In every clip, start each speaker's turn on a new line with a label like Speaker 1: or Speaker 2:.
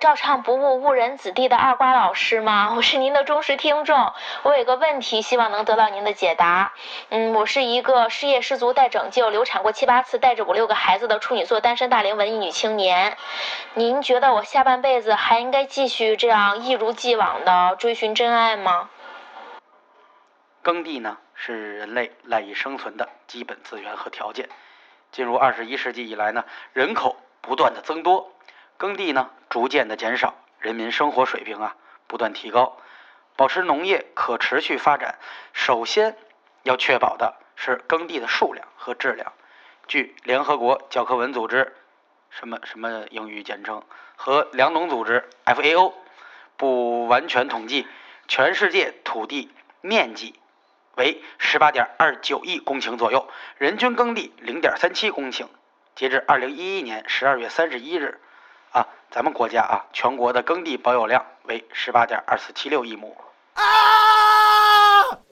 Speaker 1: 照唱不误误人子弟的二瓜老师吗？我是您的忠实听众，我有个问题，希望能得到您的解答。嗯，我是一个失业失足待拯救、流产过七八次、带着五六个孩子的处女座单身大龄文艺女青年。您觉得我下半辈子还应该继续这样一如既往的追寻真爱吗？
Speaker 2: 耕地呢是人类赖以生存的基本资源和条件。进入二十一世纪以来呢，人口不断的增多，耕地呢逐渐的减少，人民生活水平啊不断提高。保持农业可持续发展，首先要确保的是耕地的数量和质量。据联合国教科文组织什么什么英语简称和粮农组织 FAO 不完全统计，全世界土地面积。为十八点二九亿公顷左右，人均耕地零点三七公顷。截至二零一一年十二月三十一日，啊，咱们国家啊，全国的耕地保有量为十八点二四七六亿亩。
Speaker 3: 啊！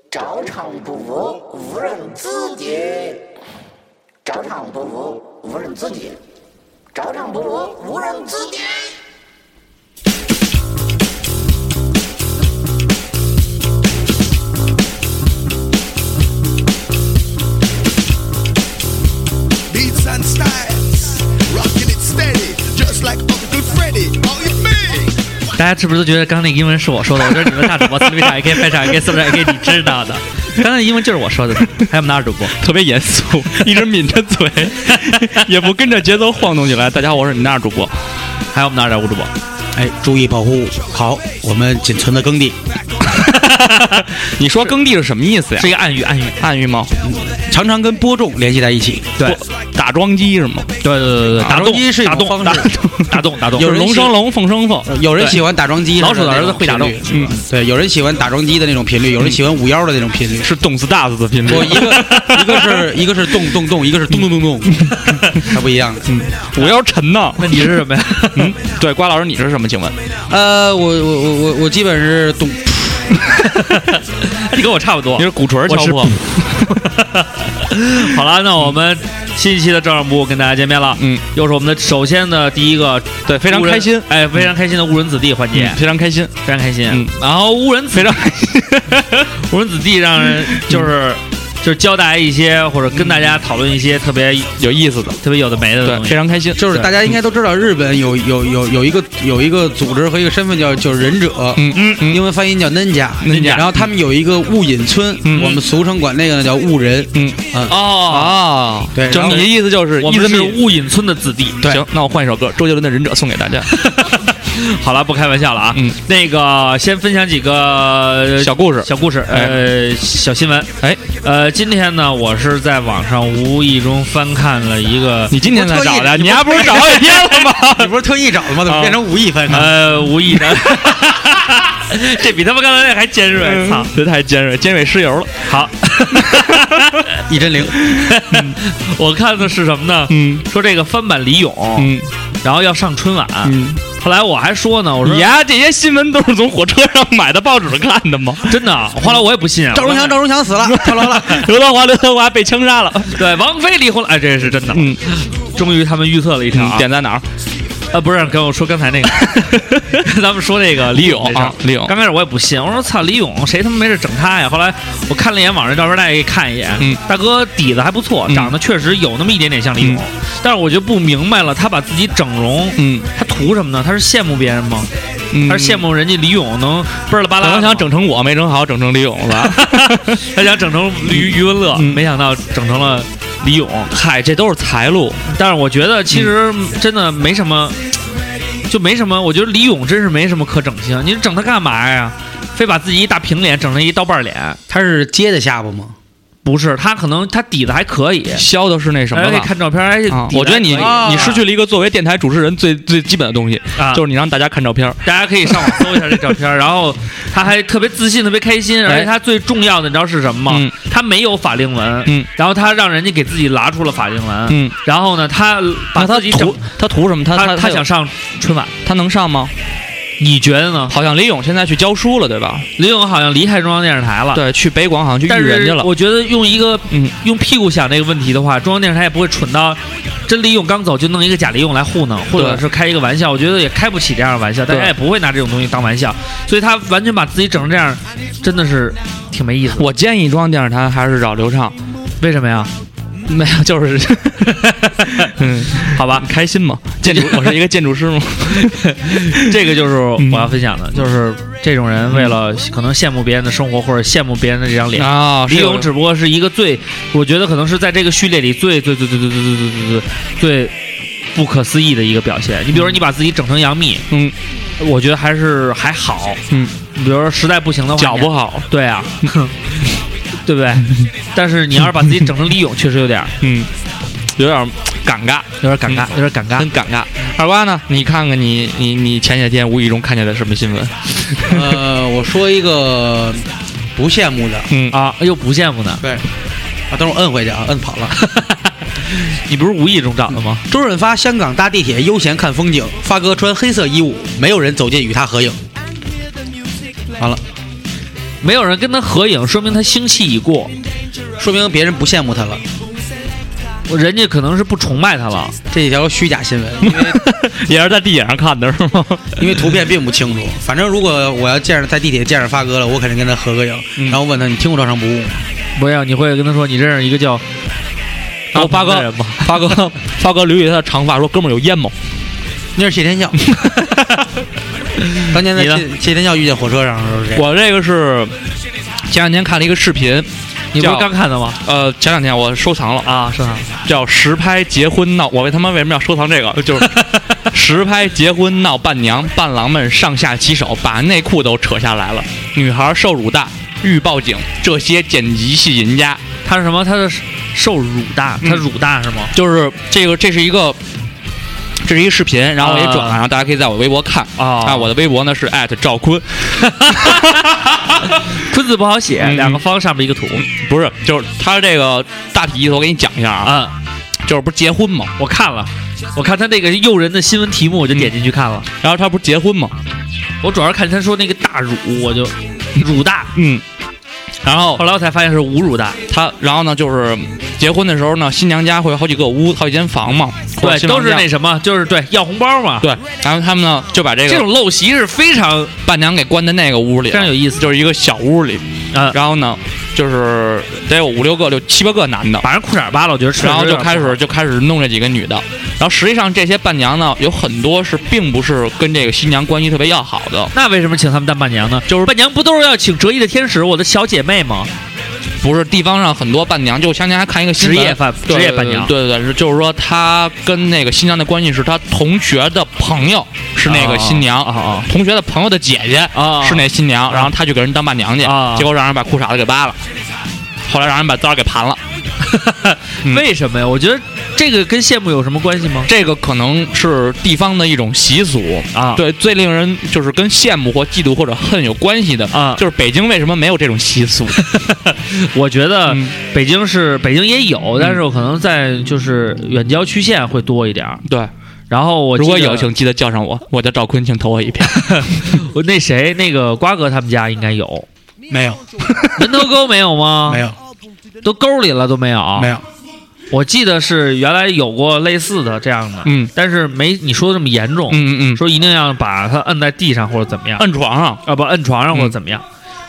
Speaker 4: 照唱不误，误人子弟。照唱不误，误人子弟。照唱不误，误人子弟。
Speaker 3: Beats and styles, rocking it steady, just like Uncle Freddy. All you mean?
Speaker 5: 大家是不是都觉得刚刚那个英文是我说的？我这是你们大主播，四六场 AK，半场 AK，四六场 AK，你知道 的。刚刚那英文就是我说的，还有我们的二主播。
Speaker 6: 特别严肃，一直抿着嘴，也不跟着节奏晃动起来。大家好，我是你那儿主播，还有我们的二点五主播。
Speaker 7: 哎，注意保护好我们仅存的耕地。
Speaker 6: 你说耕地是什么意思呀
Speaker 5: 是？一个暗语，暗语。
Speaker 6: 暗喻吗？
Speaker 7: 常常跟播种联系在一起。
Speaker 5: 对
Speaker 6: 打桩机是吗？
Speaker 5: 对对对对，
Speaker 7: 打
Speaker 5: 打
Speaker 7: 桩机
Speaker 5: 洞
Speaker 7: 是一
Speaker 5: 打
Speaker 7: 种
Speaker 5: 洞
Speaker 7: 方
Speaker 5: 打
Speaker 7: 式
Speaker 5: 洞打洞 打洞，
Speaker 6: 就
Speaker 7: 有
Speaker 6: 是
Speaker 7: 人喜
Speaker 6: 龙生龙，凤生凤。
Speaker 7: 有人喜欢打桩机，
Speaker 6: 老鼠的
Speaker 7: 那
Speaker 6: 儿
Speaker 7: 种
Speaker 6: 子会打桩
Speaker 7: 频率，
Speaker 6: 嗯，
Speaker 7: 对，有人喜欢打桩机的那种频率，有人喜欢五幺的那种频率。
Speaker 6: 是动次大次的频率
Speaker 7: 我。一 个一个是一个是动动动，一个是咚咚咚咚，它不一样的。
Speaker 6: 嗯我要沉呢。
Speaker 5: 那你是什么呀？
Speaker 6: 嗯，对，瓜老师你是什么？请问？
Speaker 7: 呃，我我我我我基本是咚，
Speaker 5: 你跟我差不多
Speaker 6: 你。是鼓槌
Speaker 5: 我
Speaker 6: 敲
Speaker 5: 是
Speaker 6: 破？
Speaker 5: 好了，那我们新一期的照样不误跟大家见面了。
Speaker 6: 嗯，
Speaker 5: 又是我们的首先的第一个
Speaker 6: 对，非常
Speaker 5: 误人
Speaker 6: 开心，，
Speaker 5: 哎，非常开心的误人子弟环节
Speaker 6: 嗯，非常开心。
Speaker 5: 非常开心。啊
Speaker 6: 嗯
Speaker 5: 然后误人子非常 误人子弟，让人就是。就是教大家一些，或者跟大家讨论一些特别
Speaker 6: 有意思的，
Speaker 5: 特别有的没的
Speaker 6: 对，
Speaker 5: 东
Speaker 6: 非
Speaker 5: 西。
Speaker 6: 常开心。
Speaker 7: 就是大家应该都知道，日本有有有有一个有一个组织和一个身份叫就是忍者，
Speaker 6: 嗯嗯嗯
Speaker 7: 英文翻译叫 ninja，
Speaker 6: Ninja
Speaker 7: 然后他们有一个雾隐村，
Speaker 6: 嗯
Speaker 7: 我们俗称管那个呢叫雾人，
Speaker 6: 嗯
Speaker 7: 啊，
Speaker 5: 哦，
Speaker 6: 啊，
Speaker 7: 对
Speaker 6: 就
Speaker 7: 然后
Speaker 6: 你的意思就是
Speaker 5: 我
Speaker 6: 意思
Speaker 5: 们是雾隐村的子弟。
Speaker 6: 对，行，那我换一首歌，周杰伦的《忍者》送给大家。
Speaker 5: 好了，不开玩笑了啊。
Speaker 6: 嗯，
Speaker 5: 那个先分享几个
Speaker 6: 小故事，
Speaker 5: 小故事，呃，小新闻。
Speaker 6: 哎，
Speaker 5: 呃，今天呢，我是在网上无意中翻看了一个，
Speaker 6: 你今天才
Speaker 7: 我特意
Speaker 6: 找的，
Speaker 7: 你
Speaker 6: 你还不是找半天了吗？
Speaker 7: 你不是特意找的吗？
Speaker 6: 啊
Speaker 7: 怎么变成无意翻 看？
Speaker 5: 呃，无意的， 这比他们刚才那还尖锐，操！
Speaker 6: 嗯这太尖锐，尖锐湿油了。
Speaker 5: 好，
Speaker 7: 一针灵，
Speaker 5: 我看的是什么呢？
Speaker 6: 嗯
Speaker 5: 说这个翻版李咏，
Speaker 6: 嗯
Speaker 5: 然后要上春晚。
Speaker 6: 嗯，
Speaker 5: 后来我还说呢，我说
Speaker 6: 你呀，这些新闻都是从火车上买的报纸看的吗？
Speaker 5: 真的啊，后来我也不信啊。
Speaker 7: 赵忠祥，赵忠祥死 了，跳楼了，
Speaker 6: 刘德华，刘德华被枪杀了。
Speaker 5: 对王菲离婚了，哎，这是真的。
Speaker 6: 嗯，
Speaker 5: 终于他们预测了一条啊，
Speaker 6: 点在哪儿？
Speaker 5: 啊，不是跟我说刚才那 个，咱们说那个
Speaker 6: 李咏
Speaker 5: 这事儿
Speaker 6: 啊李咏
Speaker 5: 刚开始我也不信，我说操，李咏谁他妈没事整他呀？后来我看了一眼网上照片，大家可以看一眼，
Speaker 6: 嗯
Speaker 5: 大哥底子还不错，
Speaker 6: 嗯
Speaker 5: 长得确实有那么一点点像李咏，但是我就不明白了，他把自己整容，
Speaker 6: 嗯
Speaker 5: 他图什么呢？他是羡慕别人吗？
Speaker 6: 嗯
Speaker 5: 他是羡慕人家李咏能倍儿了吧啦的吗？
Speaker 6: 我想整成我，没整好，整成李咏 了。
Speaker 5: 他想整成余余文乐，
Speaker 6: 嗯
Speaker 5: 没想到整成了李咏。嗯
Speaker 6: 嗨，这都是财路。
Speaker 5: 但是我觉得其实真的没什么，就没什么。我觉得李咏真是没什么可整性，你整他干嘛呀？非把自己一大平脸整成一刀瓣脸？
Speaker 7: 他是接的下巴吗？
Speaker 5: 不是，他可能他底子还可以，
Speaker 6: 削的是那什么
Speaker 5: 大家可以
Speaker 6: 吧？
Speaker 5: 看照片。哎
Speaker 6: 啊，
Speaker 5: 底子
Speaker 6: 我觉得你
Speaker 5: 还可以
Speaker 6: 你失去了一个作为电台主持人最最基本的东西，
Speaker 5: 啊，
Speaker 6: 就是你让大家看照片。
Speaker 5: 大家可以上网搜一下这照 片，然后他还特别自信，特别开心，而且他最重要的你知道是什么吗？
Speaker 6: 哎嗯
Speaker 5: 他没有法令纹，
Speaker 6: 嗯
Speaker 5: 然后他让人家给自己拉出了法令纹，
Speaker 6: 嗯，
Speaker 5: 然后呢，他把
Speaker 6: 那他
Speaker 5: 自己整
Speaker 6: 图，他图什么？他
Speaker 5: 他
Speaker 6: 他
Speaker 5: 想
Speaker 6: 有
Speaker 5: 上春晚，
Speaker 6: 他能上吗？
Speaker 5: 你觉得呢？
Speaker 6: 好像李咏现在去教书了，对吧？
Speaker 5: 李咏好像离开中央电视台了，
Speaker 6: 对，去北广好像去
Speaker 5: 但
Speaker 6: 育人
Speaker 5: 是
Speaker 6: 去了。
Speaker 5: 我觉得用一个
Speaker 6: 嗯
Speaker 5: 用屁股想这个问题的话，中央电视台也不会蠢到真李勇刚走就弄一个假李勇来糊弄，或者
Speaker 6: 对
Speaker 5: 是开一个玩笑，我觉得也开不起这样的玩笑，大家
Speaker 6: 对
Speaker 5: 也不会拿这种东西当玩笑，所以他完全把自己整成这样，真的是挺没意思的。
Speaker 6: 我建议中央电视台还是找刘畅，
Speaker 5: 为什么呀？
Speaker 6: 没 有，就是，嗯，好吧，开心嘛，建筑，我是一个建筑师嘛，
Speaker 5: 这个就是
Speaker 6: 嗯
Speaker 5: 我要分享的，就是这种人为了可能羡慕别人的生活或者羡慕别人的这张脸，
Speaker 6: 啊，
Speaker 5: 李
Speaker 6: 是有
Speaker 5: 勇只不过是一个最，我觉得可能是在这个序列里最最最最最最最最最最最不可思议的一个表现。你比如说，你把自己整成杨幂，
Speaker 6: 嗯
Speaker 5: 我觉得还是还好。
Speaker 6: 嗯，
Speaker 5: 比如说实在不行的话，
Speaker 6: 脚不
Speaker 5: 好，
Speaker 6: 好，
Speaker 5: 对啊，对不对？但是你要是把自己整成李勇，确实有点儿
Speaker 6: 嗯，有点儿尴尬，
Speaker 5: 有点儿尴尬，有点儿尴尬
Speaker 6: 很。尴尬。二瓜呢？你看看你你你前些天无意中看见的什么新闻？
Speaker 7: 呃，我说一个不羡慕的，
Speaker 6: 嗯啊，
Speaker 5: 啊，又不羡慕呢。
Speaker 7: 对，啊，等会儿我摁回去啊，摁跑了。
Speaker 5: 你不是无意中找的吗？
Speaker 7: 周润发香港搭地铁悠闲看风景，发哥穿黑色衣物，没有人走近与他合影。完了，
Speaker 5: 没有人跟他合影，说明他兴气已过，
Speaker 7: 说明别人不羡慕他了。
Speaker 5: 人家可能是不崇拜他了。
Speaker 7: 这一条虚假新闻，因为
Speaker 6: 也是在地铁上看的是吗？
Speaker 7: 因为图片并不清楚。反正如果我要见着在地铁见着发哥了，我肯定跟他合个影，
Speaker 6: 嗯
Speaker 7: 然后问他你听过照常不误吗？
Speaker 5: 不要，你会跟他说你认识一个
Speaker 6: 啊
Speaker 5: 叫哦
Speaker 6: 然后发
Speaker 5: 大鹏的
Speaker 6: 哥
Speaker 5: 人吗
Speaker 6: 发 哥发哥捋捋他的长发说：“哥们儿有 烟吗
Speaker 7: 那是谢天笑。 当年在
Speaker 6: 你呢
Speaker 7: 谢谢天笑遇见火车上的时候是？”这样，
Speaker 6: 我这个是前两天看了一个视频，
Speaker 5: 你不是
Speaker 6: 叫
Speaker 5: 刚看的吗？
Speaker 6: 呃，前两天我收藏了啊，
Speaker 5: 是吗？
Speaker 6: 叫实拍结婚闹，我为他妈为什么要收藏这个？就是 实拍结婚闹伴娘，伴郎们上下其手，把内裤都扯下来了，女孩受辱大，欲报警，这些剪辑系人家。
Speaker 5: 他是什么？他是受辱大，
Speaker 6: 嗯
Speaker 5: 他辱大是吗？
Speaker 6: 就是这个，这是一个，这是一个视频，然后我也转了，然后大家可以在我微博看
Speaker 5: 哦
Speaker 6: 啊，我的微博呢是艾特赵坤，
Speaker 5: 坤字不好写，
Speaker 6: 嗯
Speaker 5: 两个方上面一个土。
Speaker 6: 不是，就是他这个大体意思，我给你讲一下啊，
Speaker 5: 啊，
Speaker 6: 就是不是结婚嘛，
Speaker 5: 我看了，我看他那个诱人的新闻题目，我就点进去看了。
Speaker 6: 嗯然后他不是结婚嘛，
Speaker 5: 我主要是看他说那个大辱，我 就辱大。
Speaker 6: 嗯，然后
Speaker 5: 后来我才发现是侮辱大，
Speaker 6: 他，然后呢，就是结婚的时候呢，新娘家会有好几个屋，好几间房嘛，或者
Speaker 5: 对，
Speaker 6: 新
Speaker 5: 都
Speaker 6: 郎
Speaker 5: 是
Speaker 6: 家
Speaker 5: 那什么，就是对要红包嘛。，
Speaker 6: 对，然后他们呢就把这
Speaker 5: 这
Speaker 6: 个
Speaker 5: 种陋习是非常
Speaker 6: 伴娘给关在那个屋里
Speaker 5: 非
Speaker 6: 了，
Speaker 5: 常有意思，
Speaker 6: 就是一个小屋里，
Speaker 5: 啊，
Speaker 6: 然后呢就是得有五六个、六七八个男的，
Speaker 5: 把人裤衩扒了，我觉得确实
Speaker 6: 然后
Speaker 5: 有
Speaker 6: 就
Speaker 5: 点
Speaker 6: 开
Speaker 5: 不好
Speaker 6: 始就开始弄这几个女的，然后实际上这些伴娘呢有很多是并不是跟这个新娘关系特别要好的，
Speaker 5: 那为什么请他们当伴娘呢？
Speaker 6: 就是
Speaker 5: 伴娘不都是要请折翼的天使，我的小姐妹吗？
Speaker 6: 不是地方上很多伴娘，就相当于看一个新
Speaker 5: 职
Speaker 6: 闻
Speaker 5: 业伴，
Speaker 6: 对
Speaker 5: 职业伴娘。
Speaker 6: 对对对对，是就是说他跟那个新娘的关系是他同学的朋友是那个新娘，
Speaker 5: 啊啊啊
Speaker 6: 同学的朋友的姐姐
Speaker 5: 啊
Speaker 6: 是那新娘，
Speaker 5: 啊
Speaker 6: 然后他去给人当伴娘去，
Speaker 5: 啊
Speaker 6: 结果让人把裤衩子给扒了，后来让人把刀给盘了。嗯
Speaker 5: 为什么呀？我觉得这个跟羡慕有什么关系吗？
Speaker 6: 这个可能是地方的一种习俗
Speaker 5: 啊
Speaker 6: 对，最令人就是跟羡慕或嫉妒或者恨有关系的
Speaker 5: 啊
Speaker 6: 就是北京为什么没有这种习俗？
Speaker 5: 我觉得
Speaker 6: 嗯
Speaker 5: 北京是北京也有，但是我可能在就是远郊区县会多一点儿。
Speaker 6: 对，
Speaker 5: 然后我记
Speaker 6: 如果
Speaker 5: 得
Speaker 6: 有，请记得叫上我，我叫赵坤，请投我一 票。
Speaker 5: 我那谁那个瓜哥他们家应该 有，
Speaker 7: 没有，
Speaker 5: 门头沟没有吗？
Speaker 7: 没，有，
Speaker 5: 都沟里了都没有。
Speaker 7: 没有，
Speaker 5: 我记得是原来有过类似的这样的，
Speaker 6: 嗯
Speaker 5: 但是没你说的这么严重，
Speaker 6: 嗯嗯嗯，
Speaker 5: 说一定要把它摁在地上或者怎么样。
Speaker 6: 摁床上，
Speaker 5: 啊不摁床上或者怎么样。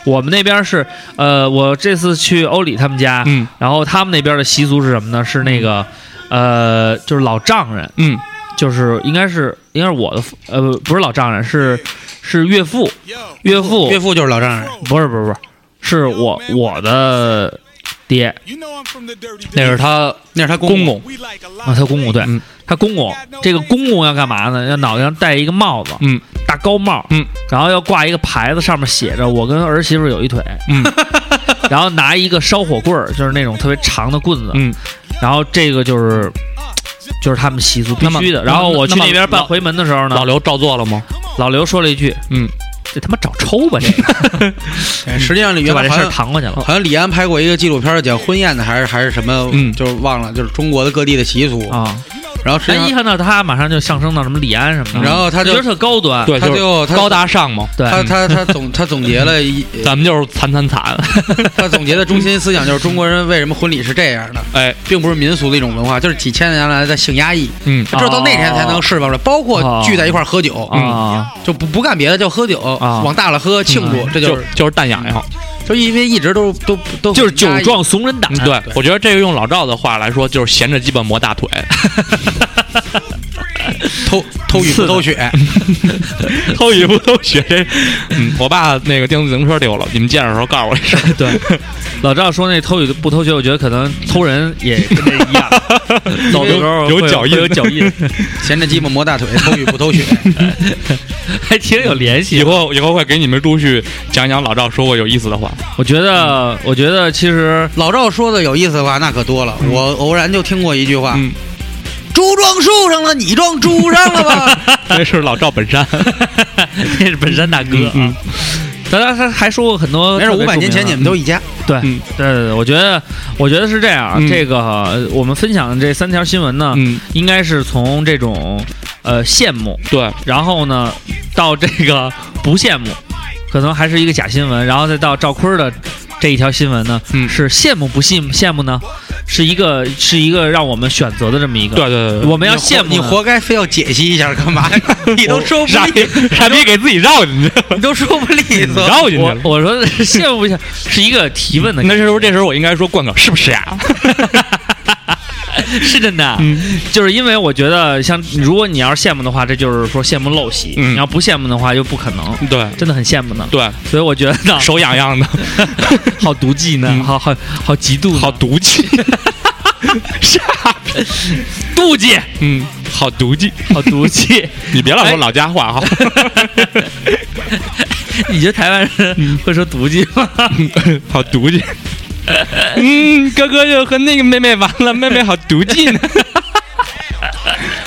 Speaker 5: 我们那边是，呃，我这次去欧里他们家，
Speaker 6: 嗯
Speaker 5: 然后他们那边的习俗是什么呢？是那个，呃，就是老丈人，
Speaker 6: 嗯。
Speaker 5: 就是应该是应该是我的父，呃，不是老丈人，是是岳父，岳父，
Speaker 7: 岳父就是老丈人，
Speaker 5: 不是不是不是，是我我的爹
Speaker 6: 那是他
Speaker 7: 那是他公
Speaker 6: 公公，
Speaker 5: 啊，他公公对，
Speaker 6: 嗯
Speaker 5: 他公公，这个公公要干嘛呢？要脑袋上戴一个帽子，
Speaker 6: 嗯，
Speaker 5: 大高帽，
Speaker 6: 嗯，
Speaker 5: 然后要挂一个牌子，上面写着“我跟儿媳妇有一腿”，
Speaker 6: 嗯，
Speaker 5: 然后拿一个烧火棍儿，就是那种特别长的棍子，
Speaker 6: 嗯，
Speaker 5: 然后这个就是
Speaker 3: Uh,
Speaker 5: 就是他们习俗必
Speaker 6: 那么
Speaker 5: 须的。
Speaker 6: 那
Speaker 5: 然后
Speaker 6: 么
Speaker 5: 我去
Speaker 6: 那么
Speaker 5: 那边办
Speaker 6: 老
Speaker 5: 回门的时候呢，
Speaker 6: 老刘照做了吗？
Speaker 5: 老刘说了一句：“
Speaker 6: 嗯，
Speaker 5: 这他妈找抽吧，这 个
Speaker 7: 哎实际上
Speaker 5: 就
Speaker 7: 原
Speaker 5: 把
Speaker 7: 来
Speaker 5: 这
Speaker 7: 好
Speaker 5: 事儿
Speaker 7: 像
Speaker 5: 搪过去了。”
Speaker 7: 好像李安拍过一个纪录片儿，讲婚宴的，还是还是什么，
Speaker 6: 嗯哦
Speaker 7: 就是忘了，就是中国的各地的习俗。
Speaker 5: 啊，
Speaker 7: 然后实
Speaker 5: 哎，
Speaker 7: 际
Speaker 5: 一
Speaker 7: 上嗯
Speaker 5: 看到他，马上就上升到什么李安什么的，
Speaker 7: 然后他就
Speaker 5: 觉得特高端，
Speaker 6: 对，
Speaker 7: 他
Speaker 6: 是
Speaker 7: 就他
Speaker 6: 高大上嗯嘛。
Speaker 5: 对
Speaker 7: 他他他总他总结了一，
Speaker 6: 咱们就是惨惨惨，
Speaker 7: 他总结的中心思想就是中国人为什么婚礼是这样的，
Speaker 6: 哎，
Speaker 7: 并不是民俗的一种文化，就是几千年来的性压抑，
Speaker 6: 嗯
Speaker 7: 只有到那天才能释
Speaker 5: 哦
Speaker 7: 放出来。包括聚在一块儿喝酒，嗯
Speaker 5: 啊，
Speaker 7: 就不不干别的，就喝酒，
Speaker 5: 啊
Speaker 7: 往大了喝庆祝，
Speaker 5: 嗯
Speaker 7: 这
Speaker 6: 就
Speaker 7: 就是
Speaker 6: 就是蛋痒痒。
Speaker 7: 就因为一直都都都
Speaker 5: 就是酒
Speaker 7: 很压抑
Speaker 5: 壮怂人胆，
Speaker 6: 嗯对，我觉得这个用老赵的话来说，就是闲着鸡巴磨大腿。
Speaker 7: 偷偷雨
Speaker 5: 是
Speaker 7: 不
Speaker 5: 的
Speaker 7: 偷血，
Speaker 6: 偷雨不偷血，这，嗯，我爸那个电动自行车丢了，你们见着的时候告诉我一声。
Speaker 5: 对，老赵说那偷与不偷学，我觉得可能偷人也跟这一 样，呃走的时候
Speaker 6: 有
Speaker 5: 会
Speaker 6: 脚印
Speaker 5: 会有脚 印，
Speaker 7: 闲着鸡巴磨大腿，偷雨不 偷血。
Speaker 5: 还挺有联
Speaker 6: 以
Speaker 5: 系。
Speaker 6: 后以后会给你们陆续讲讲老赵说过有意思 的话。
Speaker 5: 我觉得，我觉得其实
Speaker 7: 老赵说的有意思的话那可多了，
Speaker 5: 嗯
Speaker 7: 我偶然就听过一句话
Speaker 6: 嗯：“
Speaker 7: 猪撞树上了，你撞猪上 了吧
Speaker 6: 那是老赵本山，
Speaker 5: 那是本山大哥
Speaker 6: 嗯
Speaker 5: 啊，咱俩他还说过很？”多
Speaker 7: 没事，
Speaker 5: 特别著名的，
Speaker 7: 五
Speaker 5: 啊
Speaker 7: 百年前你们都一家。
Speaker 5: 对
Speaker 6: 嗯
Speaker 5: 对对对，我觉得我觉得是这样啊
Speaker 6: 嗯，
Speaker 5: 这个呃我们分享的这三条新闻呢，
Speaker 6: 嗯，
Speaker 5: 应该是从这种呃羡慕，
Speaker 6: 对，
Speaker 5: 然后呢到这个不羡慕，可能还是一个假新闻，然后再到赵坤儿的这一条新闻呢，
Speaker 6: 嗯
Speaker 5: 是羡慕不羡慕羡慕呢，是一个是一个让我们选择的这么一个，
Speaker 6: 对对对对，
Speaker 5: 我们要
Speaker 7: 你活
Speaker 5: 羡慕
Speaker 7: 你
Speaker 5: 呢
Speaker 7: 活该非要解析一下 干嘛？你都说不
Speaker 6: 傻逼
Speaker 7: 利，
Speaker 6: 傻逼给自己绕进去，
Speaker 7: 你都说不利索。
Speaker 6: 绕进去
Speaker 5: 我
Speaker 6: 了。
Speaker 5: 我说羡慕不羡慕是一个提问的，
Speaker 6: 那时候这时候我应该说冠哥是不是呀、
Speaker 5: 是真的，啊
Speaker 6: 嗯
Speaker 5: 就是因为我觉得像如果你要是羡慕的话，这就是说羡慕陋习；
Speaker 6: 嗯
Speaker 5: 你要不羡慕的话，就不可能，
Speaker 6: 对
Speaker 5: 真的很羡慕呢。
Speaker 6: 对，
Speaker 5: 所以我觉得
Speaker 6: 手痒痒的，
Speaker 5: 好毒计呢，
Speaker 6: 嗯
Speaker 5: 好好好嫉妒呢，
Speaker 6: 好毒气，
Speaker 5: 傻逼，妒忌，
Speaker 6: 嗯，好毒气。
Speaker 5: 好毒 气。
Speaker 6: 你别老
Speaker 5: 哎
Speaker 6: 说老家话哈，
Speaker 5: 你觉得台湾人会说毒计吗？
Speaker 6: 好毒气。嗯，哥哥又和那个妹妹玩了，妹妹好毒气呢。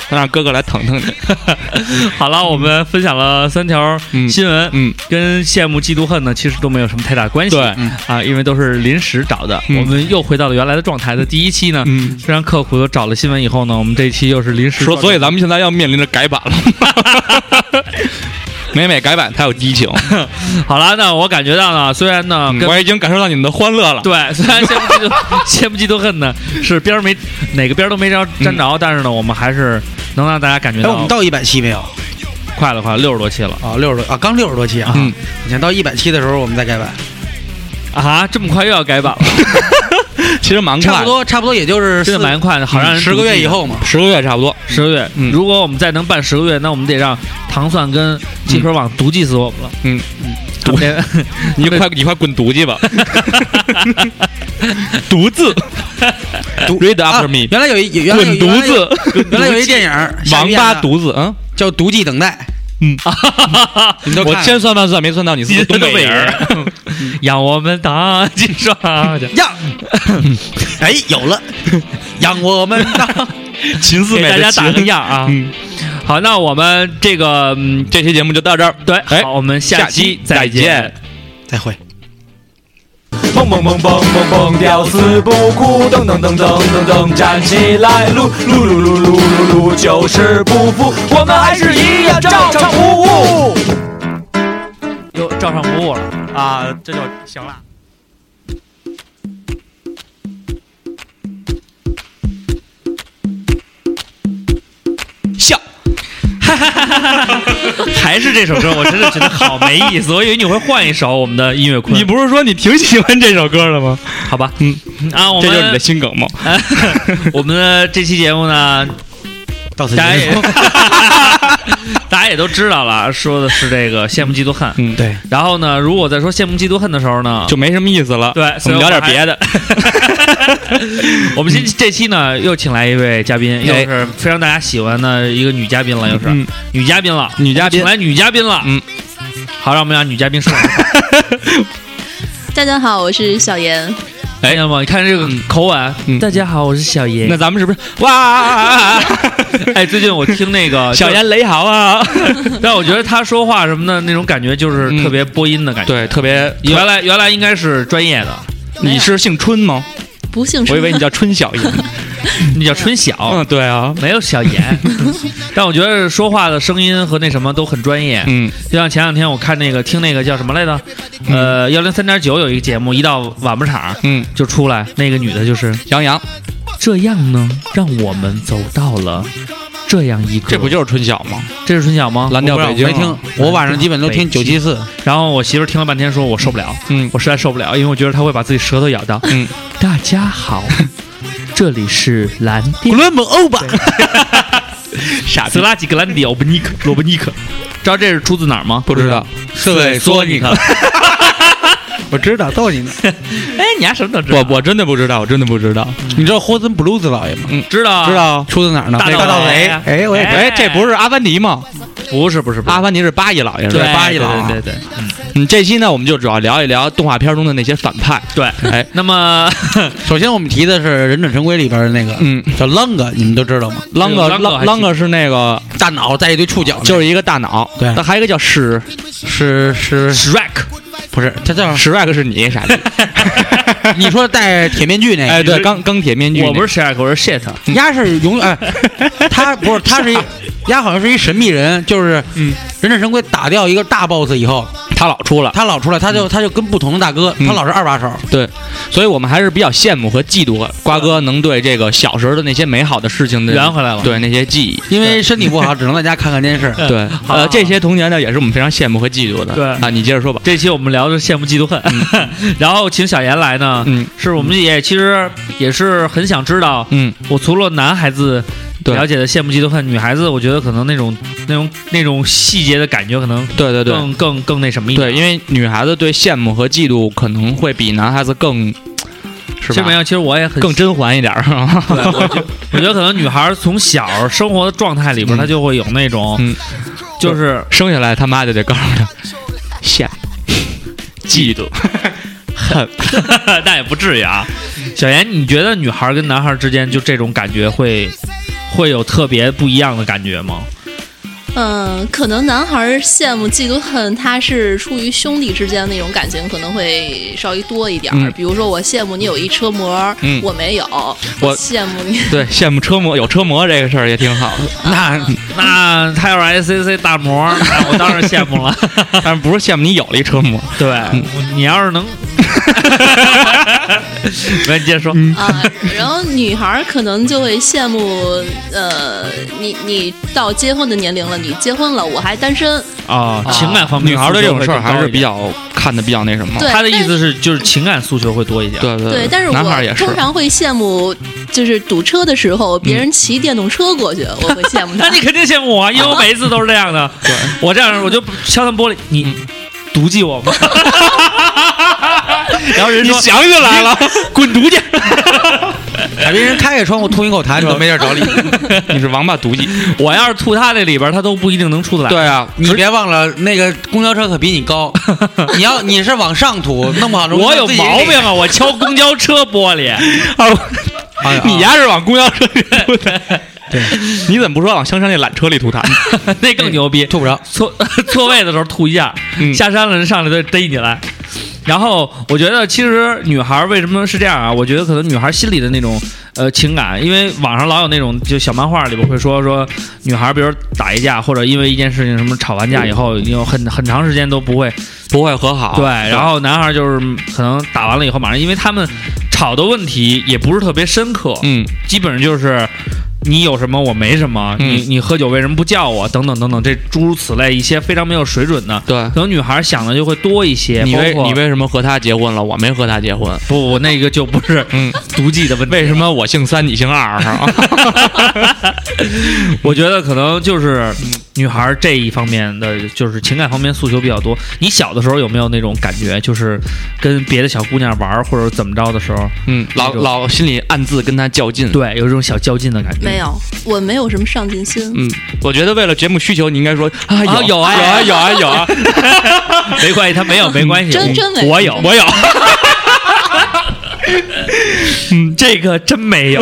Speaker 6: 让哥哥来疼疼你。
Speaker 5: 好了，我们分享了三条
Speaker 6: 嗯
Speaker 5: 新闻，
Speaker 6: 嗯，
Speaker 5: 跟羡慕、嫉妒、恨呢，其实都没有什么太大关系。
Speaker 6: 对
Speaker 5: 啊，因为都是临时找的。
Speaker 6: 嗯
Speaker 5: 我们又回到了原来的状态的第一期呢，
Speaker 6: 嗯
Speaker 5: 非常刻苦的找了新闻以后呢，我们这一期又是临时
Speaker 6: 说，所以
Speaker 5: 的。
Speaker 6: 咱们现在要面临着改 版了。每每改版才有激情，
Speaker 8: 啊
Speaker 5: 好了，那我感觉到呢，虽然呢，跟
Speaker 6: 嗯我已经感受到你们的欢乐了。
Speaker 5: 对， 虽然羡慕嫉妒羡慕嫉妒恨呢，是边儿没哪个边儿都没着沾着，但是呢，我们还是能让大家感觉
Speaker 7: 哎，我们
Speaker 5: 到
Speaker 7: 到一百期没有？
Speaker 5: 快了，快六十多期了
Speaker 7: 啊，六十多啊，刚六十多期啊。
Speaker 6: 嗯
Speaker 7: 你看到一百期的时候，我们再改版，
Speaker 5: 啊！这么快又要改 版了，
Speaker 6: 其实蛮快，
Speaker 7: 差不多，差不多也就是
Speaker 5: 真的蛮快的，好让人
Speaker 7: 十个
Speaker 5: 妒
Speaker 7: 月
Speaker 5: 忌
Speaker 7: 以后嘛。
Speaker 6: 十个月差不多。
Speaker 5: 十个月，
Speaker 6: 嗯
Speaker 5: 如果我们再能办十个月，那我们得让糖蒜跟鸡壳网毒计死我们了。嗯
Speaker 6: 嗯
Speaker 5: 他们得，
Speaker 6: 你快你快滚犊去 吧，独自，read
Speaker 7: 啊
Speaker 6: after me，，
Speaker 7: 原来有一原来有
Speaker 6: 滚
Speaker 7: 一原
Speaker 6: 犊
Speaker 7: 来有
Speaker 6: 子，
Speaker 7: 原来有一电影下
Speaker 6: 王
Speaker 7: 院
Speaker 6: 八
Speaker 7: 了
Speaker 6: 犊子，嗯
Speaker 7: 叫《毒计等待
Speaker 6: 嗯，》，
Speaker 7: 你们都
Speaker 6: 我
Speaker 7: 看了
Speaker 6: 千算万算没算到你是东
Speaker 5: 东
Speaker 6: 北
Speaker 5: 北
Speaker 6: 人，
Speaker 5: 人，让我们打鸡耍去。
Speaker 7: 让，哎，有 了，让我们当
Speaker 6: 秦四
Speaker 5: 给
Speaker 6: 美
Speaker 5: 大
Speaker 6: 的
Speaker 5: 家打个
Speaker 6: 秦。
Speaker 5: 样啊！
Speaker 6: 嗯，
Speaker 5: 好，那我们这个嗯，
Speaker 6: 这期节目就到这儿，
Speaker 5: 对，
Speaker 6: 哎
Speaker 5: 好，我们
Speaker 6: 下
Speaker 5: 期
Speaker 6: 期再
Speaker 5: 见
Speaker 6: 见。。
Speaker 7: 再会。
Speaker 8: 蹦蹦蹦蹦蹦蹦，吊死不哭，噔噔噔噔噔噔，站起来，撸撸撸撸撸撸撸，就是不服，我们还是一样照常服务。
Speaker 5: 又照上服我了啊，这就行了。
Speaker 6: 笑，
Speaker 5: 还是这首歌，我真的觉得好没意思。我以为你会换一首我们的音乐
Speaker 6: 你
Speaker 5: 坤，
Speaker 6: 不是说你挺喜欢这首歌的吗？
Speaker 5: 好吧？
Speaker 6: 嗯
Speaker 5: 啊， 我
Speaker 6: 这就是你
Speaker 5: 们
Speaker 6: 的新梗吗？
Speaker 5: 我们的这期节目呢，
Speaker 7: 到此
Speaker 5: 大家
Speaker 7: 结
Speaker 5: 也
Speaker 7: 束。
Speaker 5: 大家也都知道了，说的是这个羡慕嫉妒恨。
Speaker 6: 嗯，对，
Speaker 5: 然后呢，如果在说羡慕嫉妒恨的时候呢，
Speaker 6: 就没什么意思了。
Speaker 5: 对，
Speaker 6: 啊我
Speaker 5: 所以
Speaker 6: 们聊点
Speaker 5: 还
Speaker 6: 别的。。
Speaker 5: 我们这这期呢，又请来一位嘉宾，又
Speaker 6: 哎
Speaker 5: 是非常大家喜欢的一个女嘉宾了，又是
Speaker 6: 嗯
Speaker 5: 女嘉宾了，
Speaker 6: 女嘉宾
Speaker 5: 请来女嘉宾了。
Speaker 6: 嗯，
Speaker 5: 好，让我们让女嘉宾说 两句话。
Speaker 9: 大家好，我是小妍。
Speaker 5: 哎，那么你看这个口吻，
Speaker 6: 嗯
Speaker 5: 大家好，我是小
Speaker 6: 那
Speaker 5: 严。
Speaker 6: 咱们是不是哇？
Speaker 5: 哎，最近我听那个
Speaker 6: 小严雷 豪啊，
Speaker 5: 但我觉得他说话什么的那种感觉，就是
Speaker 6: 嗯
Speaker 5: 特别播音的感觉。
Speaker 6: 对，特别。
Speaker 5: 原来原来应该是专业的，
Speaker 6: 你是姓春吗？
Speaker 9: 不幸
Speaker 6: 我以
Speaker 9: 春
Speaker 6: 为你叫春小严。
Speaker 5: 那叫春晓。
Speaker 6: 嗯，对啊，
Speaker 5: 没有小 严，但我觉得说话的声音和那什么都很专业。
Speaker 6: 嗯，
Speaker 5: 就像前两天我看那个听那个叫什么来着？呃，幺零三点九有一个节目，一到晚不场，
Speaker 6: 嗯，
Speaker 5: 就出来那个女的，就是
Speaker 6: 杨洋，
Speaker 5: 这样呢，让我们走到了这样一个，
Speaker 6: 这不就是春晓吗？
Speaker 5: 这是春晓吗？
Speaker 6: 蓝调
Speaker 7: 我
Speaker 6: 北
Speaker 7: 不知
Speaker 6: 京
Speaker 7: 道没听
Speaker 6: 啊，，
Speaker 7: 我晚上基本都听
Speaker 5: 北京
Speaker 7: 九七四。
Speaker 5: 然后我媳妇儿听了半天，说我受不了，
Speaker 6: 嗯
Speaker 5: 我实在受不了，因为我觉得她会把自己舌头咬到。
Speaker 6: 嗯，
Speaker 5: 大家 好，这里是蓝调。
Speaker 7: 伦姆欧巴，
Speaker 5: 傻子拉几个兰迪奥布尼克罗布尼克，知道这是出自哪儿吗？
Speaker 6: 不知道。
Speaker 7: 是
Speaker 6: 对索尼克
Speaker 7: 我知道，逗你呢。
Speaker 5: 哎，你还什么都知道？
Speaker 6: 我我真的不知道，我真的不知道。
Speaker 7: 你知道霍森布鲁斯老爷吗？
Speaker 5: 嗯知道啊
Speaker 7: 知道出自哪儿呢？
Speaker 5: 大
Speaker 7: 那个
Speaker 5: 盗贼啊
Speaker 7: 哎，我也
Speaker 5: 哎
Speaker 6: 哎，这不是阿凡提吗？
Speaker 5: 不是不是不是
Speaker 6: 阿凡提是八一老爷，是吧
Speaker 5: 对
Speaker 6: 八一老爷。
Speaker 5: 对对对
Speaker 6: 嗯，这期呢，我们就主要聊一聊动画片中的那些反派。
Speaker 5: 对。对
Speaker 6: 哎，
Speaker 5: 那么
Speaker 7: 首先我们提的是《忍者神龟》里边的那个，
Speaker 6: 嗯，
Speaker 7: 叫啷个，你们都知道吗？
Speaker 6: 啷个
Speaker 5: 这个啷个
Speaker 6: 啷
Speaker 5: 还
Speaker 6: 啷个是那个，
Speaker 7: 大脑带一堆触角，
Speaker 6: 就是一个大脑。
Speaker 7: 对
Speaker 6: 那还有一个叫史
Speaker 7: 是是
Speaker 5: Shrek
Speaker 7: 不是？他
Speaker 5: 嗯
Speaker 7: 叫
Speaker 6: 史 Rex 是你傻 逼。
Speaker 7: 你说戴铁面具那个？
Speaker 6: 哎，对，钢钢铁面具那
Speaker 5: 我
Speaker 6: 个。
Speaker 5: 不是 Shrek，我是 shit。
Speaker 7: 鸭是永远，哎，他不是，他是一，鸭好像是一神秘人，就是，
Speaker 6: 嗯，
Speaker 7: 忍者神龟打掉一个大 boss 以后，
Speaker 6: 他老出了，
Speaker 7: 他老出来，他就他就跟不同的大哥，
Speaker 6: 嗯
Speaker 7: 他老是二把手，
Speaker 6: 对，所以我们还是比较羡慕和嫉妒瓜哥能对这个小时候的那些美好的事情的
Speaker 5: 圆回来了
Speaker 6: 对那些记忆。
Speaker 7: 因为身体不好，只能在家看看电视。
Speaker 6: 对，
Speaker 5: 嗯好
Speaker 6: 呃，
Speaker 5: 好
Speaker 6: 这些童年呢，也是我们非常羡慕和嫉妒的。
Speaker 5: 对
Speaker 6: 啊，你接着说吧。
Speaker 5: 这期我们聊的是羡慕嫉妒恨， 然后请小严来呢，
Speaker 6: 嗯
Speaker 5: 是我们也其实也是很想知道，
Speaker 6: 嗯，
Speaker 5: 我除了男孩子
Speaker 6: 对
Speaker 5: 了解的羡慕嫉妒恨，女孩子我觉得可能那种那种那种细节的感觉可能
Speaker 6: 对对对
Speaker 5: 更更更那什么一点。
Speaker 6: 对，因为女孩子对羡慕和嫉妒可能会比男孩子更，是
Speaker 5: 这没
Speaker 6: 吧？
Speaker 5: 有，其实我也很
Speaker 6: 更甄嬛一点 儿。
Speaker 5: 我觉得可能女孩儿从小生活的状态里边儿，她就会有那种，
Speaker 6: 嗯
Speaker 5: 就是
Speaker 6: 生下来他妈就得告诉他，羡嫉妒。
Speaker 5: 但也不至于啊。小严，你觉得女孩儿跟男孩儿之间就这种感觉会会有特别不一样的感觉吗？
Speaker 9: 嗯，可能男孩儿羡慕、嫉妒、恨，他是出于兄弟之间那种感情，可能会稍微多一点儿。
Speaker 6: 嗯
Speaker 9: 比如说，我羡慕你有一车模，
Speaker 6: 嗯
Speaker 9: 我没有；
Speaker 6: 我
Speaker 9: 羡慕你，
Speaker 6: 对，羡慕车模有车模这个事儿也挺 好的，
Speaker 7: 那
Speaker 5: 那他要是 ACC 大模儿，那我当然羡慕 了。
Speaker 6: 但是不是羡慕你有了一车模，
Speaker 5: 对，你要 是能，没有你接着说。
Speaker 9: 啊，然后女孩儿可能就会羡慕，呃，你你到结婚的年龄了，你结婚了，我还单身，
Speaker 6: 哦
Speaker 5: 啊，情感方面，
Speaker 6: 女孩儿对这种事儿还是比
Speaker 5: 较。
Speaker 6: 较看的比较那什么。
Speaker 9: 对
Speaker 5: 他的意思是，就是情感诉求会多一点。
Speaker 6: 对对
Speaker 9: 对，但是
Speaker 6: 呃男孩儿也
Speaker 9: 我
Speaker 6: 是嗯
Speaker 9: 通。常会羡慕，就是堵车的时候别人骑电动车过去，我会羡慕
Speaker 5: 那
Speaker 9: 他
Speaker 5: 你。肯定羡慕我啊，因为我每一次都是这样的。对，我这样我就敲他们玻璃，
Speaker 6: 嗯
Speaker 5: 你毒计我 吗？然后人说
Speaker 6: 想起来了，滚犊去！
Speaker 7: 把别人开开窗户吐一口痰，你都没地儿找理。
Speaker 6: 你是王八犊子。
Speaker 5: 我要是吐他这里边，他都不一定能出得来。
Speaker 6: 对啊，
Speaker 7: 你别忘了，那个公交车可比你高，你要你是往上吐，弄不好容易
Speaker 5: 我有
Speaker 7: 自己给
Speaker 5: 毛病啊！我敲公交车玻 璃，
Speaker 7: 哎呀
Speaker 6: 你丫是往公交车里吐痰，你怎么不说往香山那缆车里吐痰？
Speaker 5: 那更牛逼。
Speaker 7: 哎吐不着。
Speaker 5: 错 错位的时候吐一下，
Speaker 6: 嗯
Speaker 5: 下山了人上来再逮你来。然后我觉得，其实女孩儿为什么是这样啊？我觉得可能女孩儿心里的那种呃情感，因为网上老有那种就小漫画里边会说说女孩，比如打一架或者因为一件事情什么吵完架以后，有很很长时间都不会
Speaker 6: 不会和好。
Speaker 5: 对，然后男孩儿就是可能打完了以后马上，因为他们吵的问题也不是特别深刻，
Speaker 6: 嗯，
Speaker 5: 基本上就是你有什么我没什么，
Speaker 6: 嗯
Speaker 5: 你你喝酒为什么不叫我等等等等，这诸如此类一些非常没有水准的，
Speaker 6: 对，
Speaker 5: 可能女孩想的就会多一些。
Speaker 6: 你为
Speaker 5: 包括
Speaker 6: 你为什么和他结婚了？我没和他结婚。
Speaker 5: 不不那个就不 是
Speaker 6: 嗯，
Speaker 5: 毒计的问题，
Speaker 6: 为什？么我姓三，你姓二？是 吧
Speaker 5: 我觉得可能就是女孩这一方面的，就是情感方面诉求比较多。你小的时候有没有那种感觉，就是跟别的小姑娘玩儿或者怎么着的时候，
Speaker 6: 嗯，老
Speaker 5: 那种
Speaker 6: 老心里暗自跟他较劲。，
Speaker 5: 对，有这种小较劲的感觉？
Speaker 9: 没有，我没有什么上进心。
Speaker 6: 嗯，我觉得为了节目需求，你应该说啊
Speaker 5: 啊
Speaker 6: 有
Speaker 5: 有啊
Speaker 6: 有有啊有啊，
Speaker 5: 没关系，他没有没关系，嗯
Speaker 9: 真真没有
Speaker 5: 我 有我有。嗯， 这个真没有，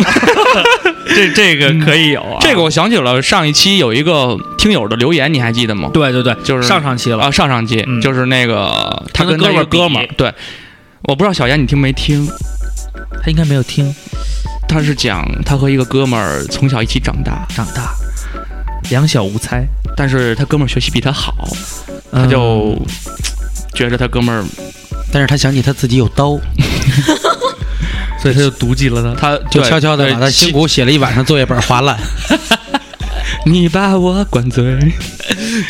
Speaker 5: 这这个可以有啊。
Speaker 6: 这个我想起了上一期有一个听友的留言，你还记得吗？
Speaker 5: 对对对，
Speaker 6: 就是
Speaker 5: 上上期了
Speaker 6: 啊，。上上期、
Speaker 5: 嗯
Speaker 6: 就是那个他
Speaker 5: 跟哥
Speaker 6: 跟
Speaker 5: 们
Speaker 6: 他一
Speaker 5: 儿
Speaker 6: 个哥们儿
Speaker 5: 比
Speaker 6: 对。我不知道小严你听没听，
Speaker 5: 他应该没有听，
Speaker 6: 他是讲他和一个哥们儿从小一起长大，
Speaker 5: 长大，两小无猜，嗯
Speaker 6: 但是他哥们儿学习比他好，
Speaker 5: 他
Speaker 6: 他就觉得他哥们儿
Speaker 7: 但是他想起他自己有刀，
Speaker 5: 所以他就毒计了他。
Speaker 6: 他
Speaker 7: 就
Speaker 6: 对
Speaker 7: 悄悄的
Speaker 6: 对
Speaker 7: 把他辛苦写了一晚上作业本划烂。
Speaker 6: 你把我灌醉，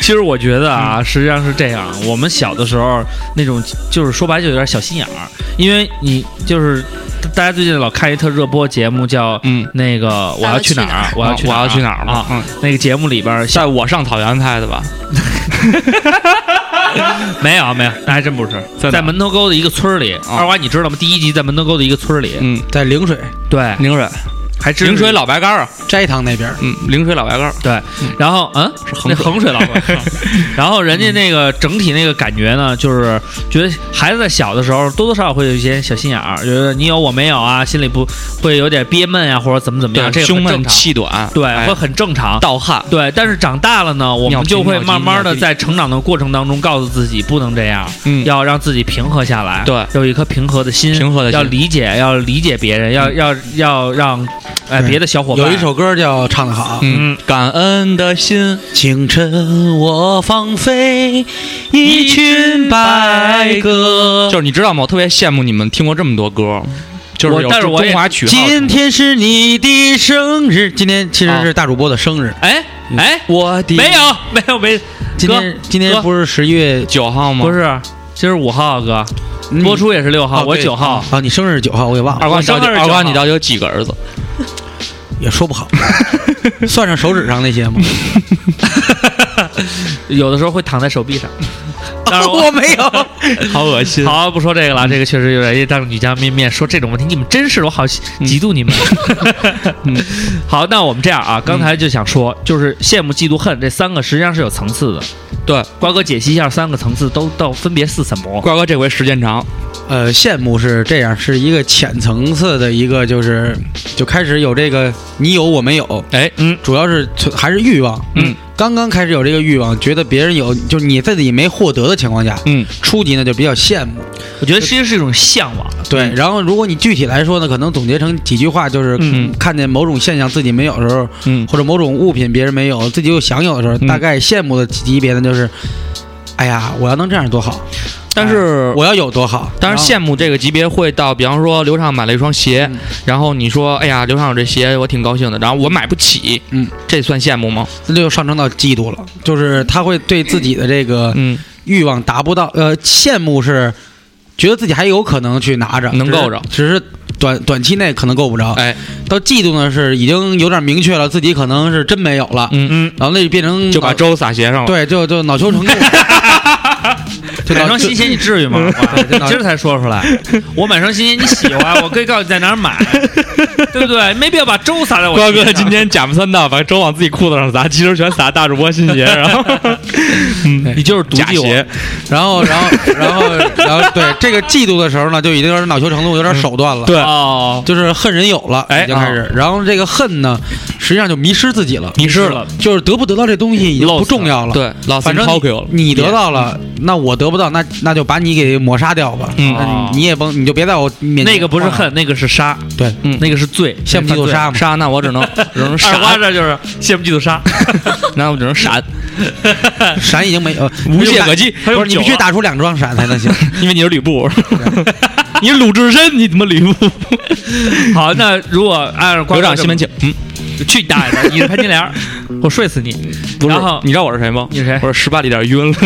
Speaker 5: 其实我觉得啊，实际上是这样，我们小的时候那种就是说白就有点小心眼儿，因为你就是大家最近老看一特热播节目叫
Speaker 6: 嗯
Speaker 5: 那个我要去哪儿，我要去
Speaker 6: 我要去哪
Speaker 5: 儿
Speaker 6: 儿
Speaker 5: 啊
Speaker 6: 嘛？？嗯，
Speaker 5: 那个节目里边儿
Speaker 6: 在我上草原拍 的吧？
Speaker 5: 没有没有，那还真不是，
Speaker 6: 在哪
Speaker 5: 在门头沟的一个村儿里。啊二娃，你知道吗？第一集在门头沟的一个村儿里，
Speaker 6: 嗯，
Speaker 7: 在陵水
Speaker 5: 对，
Speaker 6: 陵水，
Speaker 5: 还真是
Speaker 6: 陵水老白干儿啊，
Speaker 7: 斋堂那边，
Speaker 6: 嗯，陵水老白干儿，
Speaker 5: 对，然后嗯，
Speaker 6: 衡水
Speaker 5: 那衡水老 师，然后人家那个整体那个感觉呢，就是觉得孩子在小的时候多多少少会有一些小心眼儿，觉得你有我没有啊，心里不会有点憋闷呀、啊或者怎么怎么样，这个
Speaker 6: 胸
Speaker 5: 很
Speaker 6: 闷
Speaker 5: 正常，
Speaker 6: 气短，
Speaker 5: 对，
Speaker 6: 哎
Speaker 5: 会很正常。
Speaker 6: 盗汗，
Speaker 5: 对，但是长大了呢，我
Speaker 6: 尿
Speaker 5: 们
Speaker 6: 急
Speaker 5: 就会
Speaker 6: 尿急
Speaker 5: 慢慢的
Speaker 6: 尿急
Speaker 5: 在成长的过程当中，告诉自己不能这样，
Speaker 6: 嗯，
Speaker 5: 要让自己平和下来，
Speaker 6: 对
Speaker 5: 有一颗平和的心，
Speaker 6: 平和的心嗯
Speaker 5: 要理解，要理解别人，要要要让，哎，
Speaker 7: 对
Speaker 5: 别的小伙伴
Speaker 7: 有一首歌叫唱得好，
Speaker 6: 嗯，感恩的心，
Speaker 7: 清晨我放飞一群白鸽，
Speaker 6: 就是你知道吗？我特别羡慕你们听过这么多歌，就
Speaker 5: 我
Speaker 6: 是有
Speaker 5: 但是
Speaker 6: 中
Speaker 5: 我也
Speaker 6: 中华曲号什么的。
Speaker 7: 今天是你的生日，今天其实
Speaker 5: 啊
Speaker 7: 是大主播的生日。
Speaker 5: 哎
Speaker 6: 嗯
Speaker 5: 哎，
Speaker 7: 我的
Speaker 5: 没，有 没有没，
Speaker 7: 今天
Speaker 5: 哥
Speaker 7: 今天
Speaker 5: 哥
Speaker 7: 不是十一月
Speaker 6: 九号吗？
Speaker 5: 不是，今儿五号啊哥，
Speaker 7: 嗯
Speaker 5: 播出也是六号，
Speaker 6: 哦
Speaker 5: 我
Speaker 6: 对
Speaker 5: 九号。
Speaker 7: 啊？你生日是九号，我给忘
Speaker 6: 二
Speaker 7: 了，
Speaker 6: 瓜，你到
Speaker 5: 我
Speaker 6: 底
Speaker 5: 生日
Speaker 6: 二瓜，
Speaker 5: 正好
Speaker 6: 你到底有几个儿子？
Speaker 7: 也 说不好，算上手指上那些吗？
Speaker 5: 有的时候会躺在手 臂上，但是我
Speaker 7: 我没有，
Speaker 6: 好恶心嗯
Speaker 5: 好不说这个了，这个确实有点。因为当着女嘉宾面说这种问题，你们真是我好
Speaker 6: 嗯
Speaker 5: 嫉妒 你们。 好，那我们这样啊，刚才就想说，就是羡慕、嫉妒、恨这三个实际上是有层次的。
Speaker 6: 对，
Speaker 5: 瓜哥解析一下三个层次都到分别是什么？
Speaker 6: 瓜哥这回时间长，
Speaker 7: 呃，羡慕是这样，是一个浅层次的一个，就是就开始有这个你有我没有，
Speaker 6: 哎，
Speaker 5: 嗯
Speaker 7: 主要是存还是欲望，
Speaker 6: 嗯，
Speaker 7: 刚刚开始有这个欲望，觉得别人有，就是你自己没获得的情况下，
Speaker 6: 嗯，
Speaker 7: 初级呢就比较羡慕，
Speaker 5: 我觉得其实是一种向往。啊嗯
Speaker 7: 对。然后如果你具体来说呢，可能总结成几句话，就是
Speaker 6: 嗯
Speaker 7: 看见某种现象自己没有的时候，
Speaker 6: 嗯
Speaker 7: 或者某种物品别人没有，自己又享有的时候，
Speaker 6: 嗯
Speaker 7: 大概羡慕的级别呢就是，哎呀，我要能这样多好，哎
Speaker 6: 但是
Speaker 7: 我要有多好，
Speaker 6: 但
Speaker 5: 嗯
Speaker 6: 是
Speaker 7: 然后
Speaker 6: 羡慕这个级别会到，比方说刘畅买了一双鞋，
Speaker 7: 嗯
Speaker 6: 然后你说，哎呀，刘畅有这鞋，我挺高兴的，然后我买不起，
Speaker 7: 嗯，
Speaker 6: 这算羡慕吗？
Speaker 7: 那就上升到嫉妒了，就是他会对自己的这个
Speaker 6: 嗯，
Speaker 7: 欲望达不到，呃，羡慕是觉得自己还有可能去拿着，
Speaker 6: 能
Speaker 7: 只是
Speaker 6: 够着
Speaker 7: 只是短短期内可能够不着。
Speaker 6: 哎，
Speaker 7: 到嫉妒呢是已经有点明确了，自己可能是真没有了，
Speaker 6: 嗯嗯，
Speaker 7: 然后那就变成
Speaker 6: 就把
Speaker 5: 啊
Speaker 7: 脑
Speaker 6: 粥撒鞋上了，
Speaker 7: 对，就就恼羞 成怒，就
Speaker 5: 买
Speaker 7: 恼
Speaker 5: 双
Speaker 7: 就
Speaker 5: 新鞋你至于
Speaker 6: 嗯
Speaker 5: 吗？我今儿才说出 来，我买双新鞋你喜欢，我可以告诉你在哪儿买，对不对？没必要把粥撒在我
Speaker 6: 瓜
Speaker 5: 鞋
Speaker 6: 哥
Speaker 5: 上
Speaker 6: 今天假模三道，把粥往自己裤子上撒， 其实全撒大主播新鞋，然后，嗯，
Speaker 5: 你就是毒
Speaker 6: 假
Speaker 5: 计我，
Speaker 6: 鞋，
Speaker 7: 然后然后然后然后对这个嫉妒的时候呢，就已经有点恼羞成怒，有点
Speaker 6: 嗯
Speaker 7: 手段了。
Speaker 6: 对
Speaker 5: 哦，
Speaker 7: 就是恨人有了，
Speaker 6: 哎
Speaker 7: 已经开始。然后这个恨呢，实际上就迷失自己了，
Speaker 6: 迷失
Speaker 5: 了，
Speaker 7: 就是得不得到这东西已经不重要了。
Speaker 6: 对，老
Speaker 7: 反正
Speaker 6: t o k 了，
Speaker 7: 你得到了，那我得不到，那那就把你给抹杀掉吧。
Speaker 6: 嗯
Speaker 7: 那你你也甭，你就别在我面前
Speaker 5: 那个不是
Speaker 7: 晃了，
Speaker 5: 恨，那个是杀，
Speaker 7: 对，
Speaker 6: 嗯
Speaker 5: 那个是罪，
Speaker 7: 羡慕嫉妒杀嘛。
Speaker 6: 杀，那我只能只 能
Speaker 5: 二瓜
Speaker 6: 闪，
Speaker 5: 这就是羡慕嫉妒 杀，
Speaker 6: 那我只能闪，
Speaker 7: 闪已经没呃
Speaker 6: 无懈可击，
Speaker 5: 还有
Speaker 7: 不是你
Speaker 5: 酒
Speaker 7: 必须
Speaker 5: 啊
Speaker 7: 打出两桩闪才能行。
Speaker 6: 因为你是吕布，你是鲁智深，你怎么吕布？
Speaker 5: 好，那如果按照瓜哥
Speaker 6: 刘长
Speaker 5: 这
Speaker 6: 西
Speaker 5: 么
Speaker 6: 门庆，嗯，
Speaker 5: 去你大爷 的，你是潘金莲儿，我睡死你。
Speaker 6: 不是
Speaker 5: 然后，
Speaker 6: 你知道我是谁吗？
Speaker 5: 你是谁
Speaker 6: 我是十八里店 晕了，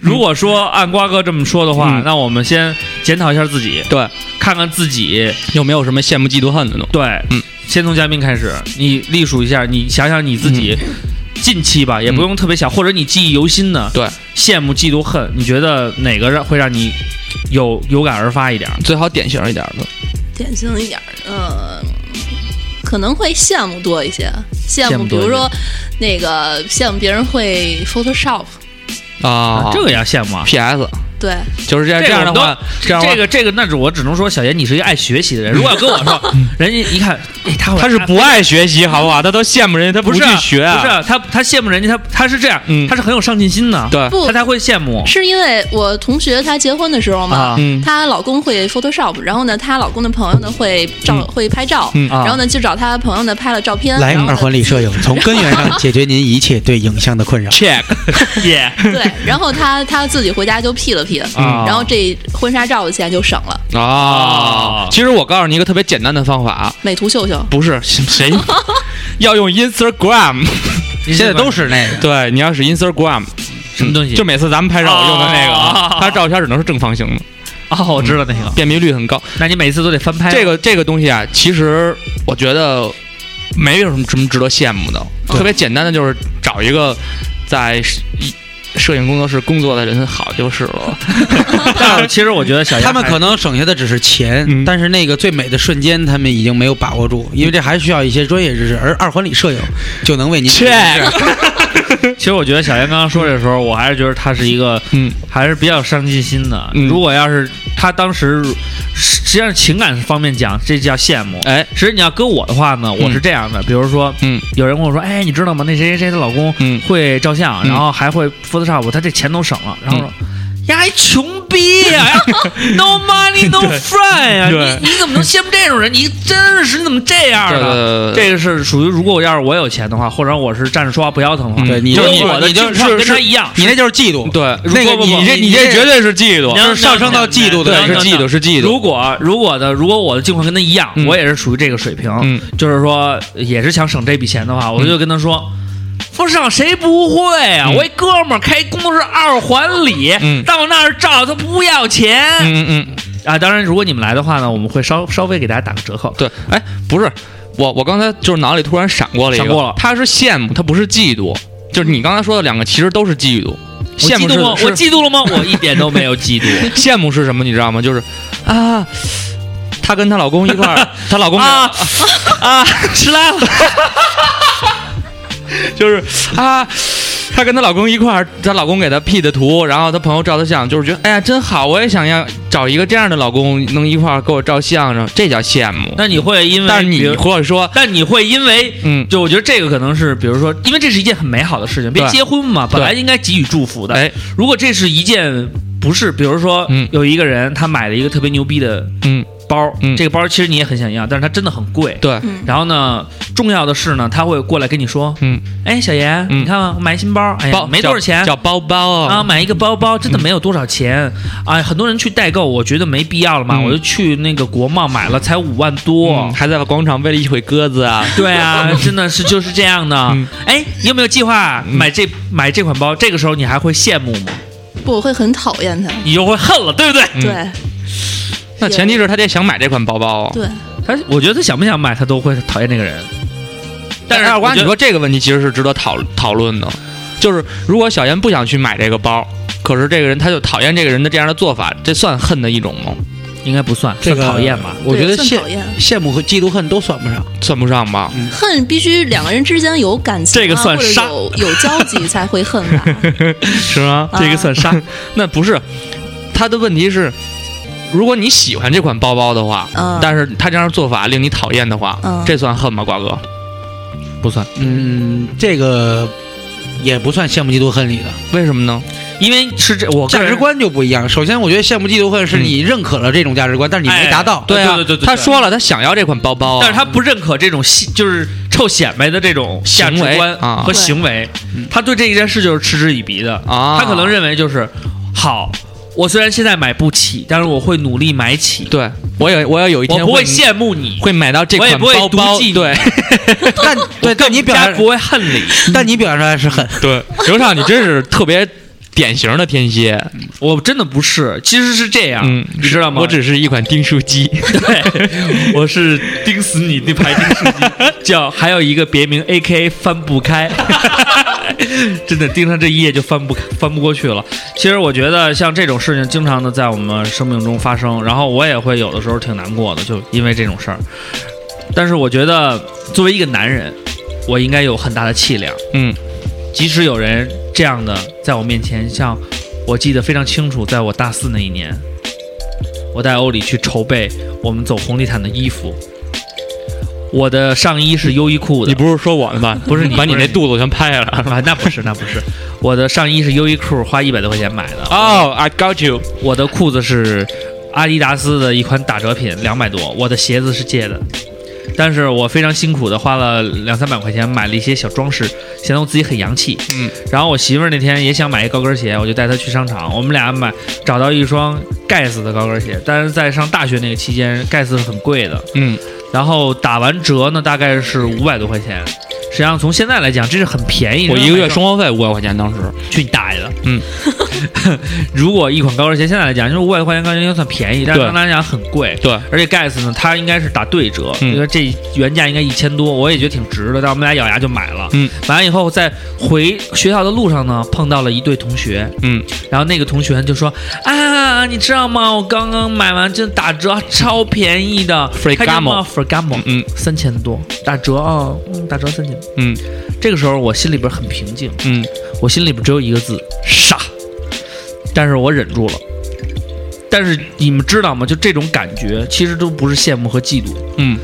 Speaker 5: 如果说按瓜哥这么说的话，
Speaker 6: 嗯
Speaker 5: 那我们先检讨一下自己，
Speaker 6: 对，
Speaker 5: 看看自己
Speaker 6: 有没有什么羡慕嫉妒恨的呢？
Speaker 5: 对，
Speaker 6: 嗯，
Speaker 5: 先从嘉宾开始，你隶属一下，你想想你自己
Speaker 6: 嗯
Speaker 5: 近期吧，也不用特别想，或者你记忆犹新的，
Speaker 6: 对，
Speaker 5: 羡慕、嫉妒、恨，你觉得哪个让会让你有有感而发一点儿？
Speaker 6: 最好典型一点的，
Speaker 9: 典型一点儿，呃，可能会羡慕多一些，羡
Speaker 5: 羡
Speaker 9: 慕，
Speaker 5: 慕
Speaker 9: 比
Speaker 5: 多一
Speaker 9: 如
Speaker 5: 点
Speaker 9: 说那个羡慕别人会 Photoshop，
Speaker 6: 啊
Speaker 5: 这个要羡慕啊！
Speaker 6: PS，
Speaker 9: 对，
Speaker 6: 就是这 样
Speaker 5: 这个
Speaker 6: 样的
Speaker 5: 我们
Speaker 6: 话
Speaker 5: 都，
Speaker 6: 这样的话
Speaker 5: 这个这个，那是我只能说，小严你是一个爱学习的人。如果要跟我说， 人家一看，哎，他会
Speaker 6: 他是不爱学习，好不好？他都羡慕人家，他
Speaker 5: 不是
Speaker 6: 去
Speaker 5: 啊
Speaker 6: 学
Speaker 5: 不是
Speaker 6: 啊。
Speaker 5: 啊他他羡慕人家，他他是这样，
Speaker 6: 嗯
Speaker 5: 他是很有上进心的，
Speaker 6: 对，
Speaker 9: 不
Speaker 5: 他才会羡慕
Speaker 9: 是因为我同学她结婚的时候嘛，
Speaker 5: 啊。
Speaker 6: 嗯
Speaker 9: 她老公会 Photoshop，然后呢，她老公的朋友呢会照、会拍照，
Speaker 6: 嗯
Speaker 5: 啊
Speaker 9: 然后呢就找她朋友呢拍了照片，
Speaker 7: 莱
Speaker 9: 然
Speaker 7: 马
Speaker 9: 后
Speaker 7: 尔
Speaker 9: 呢
Speaker 7: 婚礼摄影，从根源上解决您一切对影像的困扰。
Speaker 6: ，check
Speaker 5: 耶，
Speaker 9: 对，然后她她自己回家就 P 了 P，、
Speaker 6: 啊
Speaker 9: 然后这婚纱照的钱就省了，
Speaker 6: 啊！其实我告诉你一个特别简单的方法，
Speaker 9: 美图秀秀，
Speaker 6: 不是 谁要用 Instagram，
Speaker 7: 现在都是那个，
Speaker 6: 对，你要使 Instagram 嗯
Speaker 5: 什么东西？
Speaker 6: 就每次咱们拍照
Speaker 5: 哦
Speaker 6: 用的那个啊，它照片只能是正方形的，
Speaker 5: 哦，哎我知道那个。
Speaker 6: 辨别率很高。
Speaker 5: 那你每次都得翻拍
Speaker 6: 这个这个东西啊，其实我觉得没有什么什么值得羡慕的，
Speaker 5: 嗯
Speaker 6: 特别简单的就是找一个在摄摄影工作室工作的人好就是了。
Speaker 5: 个，其实我觉得小严
Speaker 7: 他们
Speaker 5: 还
Speaker 7: 可能省下的只是钱，
Speaker 6: 嗯
Speaker 7: 但是那个最美的瞬间他们已经没有把握住，因为这还需要一些专业知识，而二环里摄影就能为您
Speaker 6: 切，
Speaker 5: 其实我觉得小严刚刚说的时候，我还是觉得他是一个，
Speaker 6: 嗯，
Speaker 5: 还是比较有上进心的。
Speaker 6: 嗯
Speaker 5: 如果要是他当时，实实际上情感方面讲，这叫羡慕。
Speaker 6: 哎，
Speaker 5: 其实你要跟我的话呢，我是这样的，比如说，
Speaker 6: 嗯，
Speaker 5: 有人跟我说，哎，你知道吗？那谁谁谁的老公，
Speaker 6: 嗯
Speaker 5: 会照相，
Speaker 6: 嗯
Speaker 5: 然后还会 Photoshop，他这钱都省了。然后说，呀，还穷逼呀哎 ，no money no friend 呀、
Speaker 6: 对
Speaker 5: 你你怎么能羡慕这种人？你真是你怎么这样
Speaker 6: 对
Speaker 5: 呢？
Speaker 6: 对对
Speaker 5: 这个是属于，如果要是我有钱的话，或者我是站着说话不腰疼的话，
Speaker 6: 嗯
Speaker 7: 对你
Speaker 5: 就
Speaker 7: 就是是
Speaker 5: 我的
Speaker 7: 你就
Speaker 5: 境
Speaker 7: 是
Speaker 5: 况跟他
Speaker 7: 是
Speaker 5: 一样，
Speaker 7: 你那就是嫉妒，
Speaker 6: 对，
Speaker 5: 如
Speaker 7: 那个
Speaker 5: 不不
Speaker 7: 你
Speaker 5: 不
Speaker 7: 这
Speaker 6: 你这绝对是嫉妒
Speaker 5: 你，要
Speaker 7: 就是上升到嫉妒的
Speaker 5: 对
Speaker 6: 对，
Speaker 7: 那
Speaker 6: 是
Speaker 7: 个
Speaker 6: 嫉妒，是嫉妒。
Speaker 5: 如果如果的，如果我的境况跟他一样，
Speaker 6: 嗯
Speaker 5: 我也是属于这个水平，
Speaker 6: 嗯
Speaker 5: 就是说也是想省这笔钱的话，我就跟他说。不是啊，谁不会啊？
Speaker 6: 嗯
Speaker 5: 我一哥们儿开工作室二环里，
Speaker 6: 嗯
Speaker 5: 到那儿照他不要钱、
Speaker 6: 嗯嗯嗯，
Speaker 5: 啊！当然，如果你们来的话呢，我们会稍稍微给大家打个折扣。
Speaker 6: 对，哎，不是，我我刚才就是脑里突然闪过了一个，
Speaker 5: 闪过了
Speaker 6: 他是羡慕，他不是嫉妒，就是你刚才说的两个其实都是嫉妒。
Speaker 5: 我
Speaker 6: 羡
Speaker 5: 嫉
Speaker 6: 慕
Speaker 5: 妒吗？
Speaker 6: 是
Speaker 5: 我嫉妒了吗？我一点都没有嫉妒。
Speaker 6: 羡慕是什么？你知道吗？就是啊，她跟她老公一块 儿，她 老公啊啊，吃辣了， 就是啊，她跟她老公一块儿，她老公给她 P 的图，然后她朋友照的相，就是觉得哎呀真好，我也想要找一个这样的老公，能一块儿给我照相，然后这叫羡慕。
Speaker 5: 那你会因为，
Speaker 6: 嗯但是
Speaker 5: 比
Speaker 6: 你
Speaker 5: 如
Speaker 6: 或者说，
Speaker 5: 但你会因为，
Speaker 6: 嗯
Speaker 5: 就我觉得这个可能是，比如说，因为这是一件很美好的事情，别
Speaker 6: 对
Speaker 5: 结婚嘛，本来应该给予祝福的。
Speaker 6: 哎，
Speaker 5: 如果这是一件不是，比如说，
Speaker 6: 嗯
Speaker 5: 有一个人他买了一个特别牛逼的
Speaker 6: 嗯，
Speaker 5: 包，
Speaker 6: 嗯
Speaker 5: 这个包其实你也很想要，但是它真的很贵。
Speaker 6: 对，
Speaker 9: 嗯，
Speaker 5: 然后呢，重要的是呢，他会过来跟你说，
Speaker 6: 嗯，
Speaker 5: 哎，小严，
Speaker 6: 嗯
Speaker 5: 你看啊我买一新包，哎呀
Speaker 6: 包，
Speaker 5: 没多少钱。
Speaker 6: 叫叫包包
Speaker 5: 啊，
Speaker 6: 啊，
Speaker 5: 买一个包包真的没有多少钱，哎，很多人去代购，我觉得没必要了嘛，
Speaker 6: 嗯
Speaker 5: 我就去那个国贸买了，才五万多，
Speaker 6: 嗯还在广场喂了一回鸽子 啊，
Speaker 5: 对啊，真的是就是这样的
Speaker 6: 嗯。
Speaker 5: 哎、你有没有计划买这、买这款包？这个时候你还会羡慕吗？
Speaker 9: 不，我会很讨厌他，
Speaker 5: 你就会恨了，对不对？
Speaker 6: 嗯
Speaker 9: 对、
Speaker 6: 那前提是他得想买这款包包啊。
Speaker 9: 对，
Speaker 5: 他，我觉得他想不想买，他都会讨厌这个人。但是
Speaker 6: 二瓜，
Speaker 5: 我觉
Speaker 6: 你
Speaker 5: 得
Speaker 6: 说这个问题其实是值得讨讨论的，就是如果小严不想去买这个包，可是这个人他就讨厌这个人的这样的做法，这算恨的一种吗？
Speaker 5: 应该不算，
Speaker 7: 这
Speaker 5: 算
Speaker 7: 个
Speaker 5: 讨厌吧？
Speaker 7: 我觉得
Speaker 9: 对
Speaker 7: 羡
Speaker 9: 算讨厌啊
Speaker 7: 羡慕和嫉妒恨都算不上，
Speaker 6: 算不上吧。
Speaker 5: 嗯
Speaker 9: 恨必须两个人之间有感情、啊，
Speaker 5: 这个算
Speaker 9: 或者
Speaker 5: 杀
Speaker 9: 有有交集才会恨 吧，
Speaker 6: 是吗？
Speaker 5: 啊
Speaker 9: 这个算
Speaker 6: 杀？那不是，他的问题是，如果你喜欢这款包包的话，
Speaker 9: 嗯
Speaker 6: 但是他这样做法令你讨厌的话，
Speaker 9: 嗯
Speaker 6: 这算恨吗，瓜哥？不算，
Speaker 7: 嗯，这个也不算羡慕嫉妒恨里的。
Speaker 6: 为什么呢？
Speaker 5: 因为是这我个
Speaker 7: 价
Speaker 5: 人
Speaker 7: 值。观就不一样。首先，我觉得羡慕嫉妒恨是你
Speaker 6: 嗯
Speaker 7: 认可了这种价值观，但是你没达 到。
Speaker 5: 对
Speaker 6: 啊，
Speaker 5: 对对对对
Speaker 6: 他说了，他想要这款包包啊、
Speaker 5: 但是他不认可这种戏就是臭显摆的这种价值
Speaker 6: 行为
Speaker 5: 观
Speaker 6: 啊
Speaker 5: 和行为，他对嗯这一件事就是嗤之以鼻的
Speaker 6: 啊
Speaker 5: 他可能认为就是，好，我虽然现在买不起，但是我会努力买起，
Speaker 6: 对我有我要有一
Speaker 5: 我
Speaker 6: 天
Speaker 5: 不会羡慕你，
Speaker 6: 会买到这
Speaker 5: 我也
Speaker 6: 款
Speaker 5: 不会
Speaker 6: 包包，
Speaker 5: 妒忌你
Speaker 6: 对。
Speaker 7: 但对，但你表
Speaker 5: 家
Speaker 7: 现
Speaker 5: 不，会恨 你。
Speaker 7: 但你表现出来是 很
Speaker 6: 对，刘畅，你真是特别典型的天蝎，
Speaker 5: 我真的不是，其实是这样，
Speaker 6: 嗯，
Speaker 5: 你知道吗？
Speaker 6: 我只是一款订书机，
Speaker 5: 对， 我是盯死你那排钉书机， 叫还有一个别名 A K 翻不开，真的盯上这一页就翻不翻不过去了。其实我觉得像这种事情经常的在我们生命中发生，然后我也会有的时候挺难过的，就因为这种事儿。但是我觉得作为一个男人，我应该有很大的气量，
Speaker 6: 嗯，
Speaker 5: 即使有人这样的在我面前像我记得非常清楚，在我大四那一年，我带欧里去筹备我们走红地毯的衣服。我的上衣是优衣库的，
Speaker 6: 你不是说我呢吧？
Speaker 5: 不是你
Speaker 6: 把 你
Speaker 5: 不是
Speaker 6: 那
Speaker 5: 你
Speaker 6: 肚子全拍了。
Speaker 5: 啊？那不是，那不是，我的上衣是优衣库花一百多块钱买的，
Speaker 6: 哦、i got you。
Speaker 5: 我的裤子是阿迪达斯的一款打折品，两百多，我的鞋子是借的。但是我非常辛苦的花了两三百块钱买了一些小装饰，显得我自己很洋气。
Speaker 6: 嗯，
Speaker 5: 然后我媳妇儿那天也想买一高跟鞋，我就带她去商场，我们俩买找到一双盖斯的高跟鞋，但是在上大学那个期间，盖斯是很贵的。
Speaker 6: 嗯，
Speaker 5: 然后打完折呢，大概是五百多块钱。实际上从现在来讲，这是很便宜。
Speaker 6: 我一个月
Speaker 5: 生
Speaker 6: 生活费五百块钱，当时
Speaker 5: 去你大爷的！
Speaker 6: 嗯，
Speaker 5: 如果一款高跟鞋现在来讲，就是五百块钱高跟鞋算便宜，但是
Speaker 6: 对
Speaker 5: 当来讲很贵。
Speaker 6: 对，
Speaker 5: 而且盖茨呢，它应该是打对折，
Speaker 6: 嗯
Speaker 5: 因为这原价应该一千多，我也觉得挺值的。但我们俩咬牙就买了。
Speaker 6: 嗯，
Speaker 5: 买完以后，在回学校的路上呢，碰到了一对同学，
Speaker 6: 嗯，
Speaker 5: 然后那个同学就说：“啊，你知道吗？我刚刚买完就打折，超便宜的
Speaker 6: Ferragamo
Speaker 5: f r a g a m o
Speaker 6: 嗯
Speaker 5: 三千多，打折啊、嗯，打折三千。”
Speaker 6: 嗯
Speaker 5: 这个时候我心里边很平静，
Speaker 6: 嗯，
Speaker 5: 我心里边只有一个字：傻。但是我忍住了。但是你们知道吗？就这种感觉，其实都不是羡慕和嫉妒，
Speaker 6: 嗯。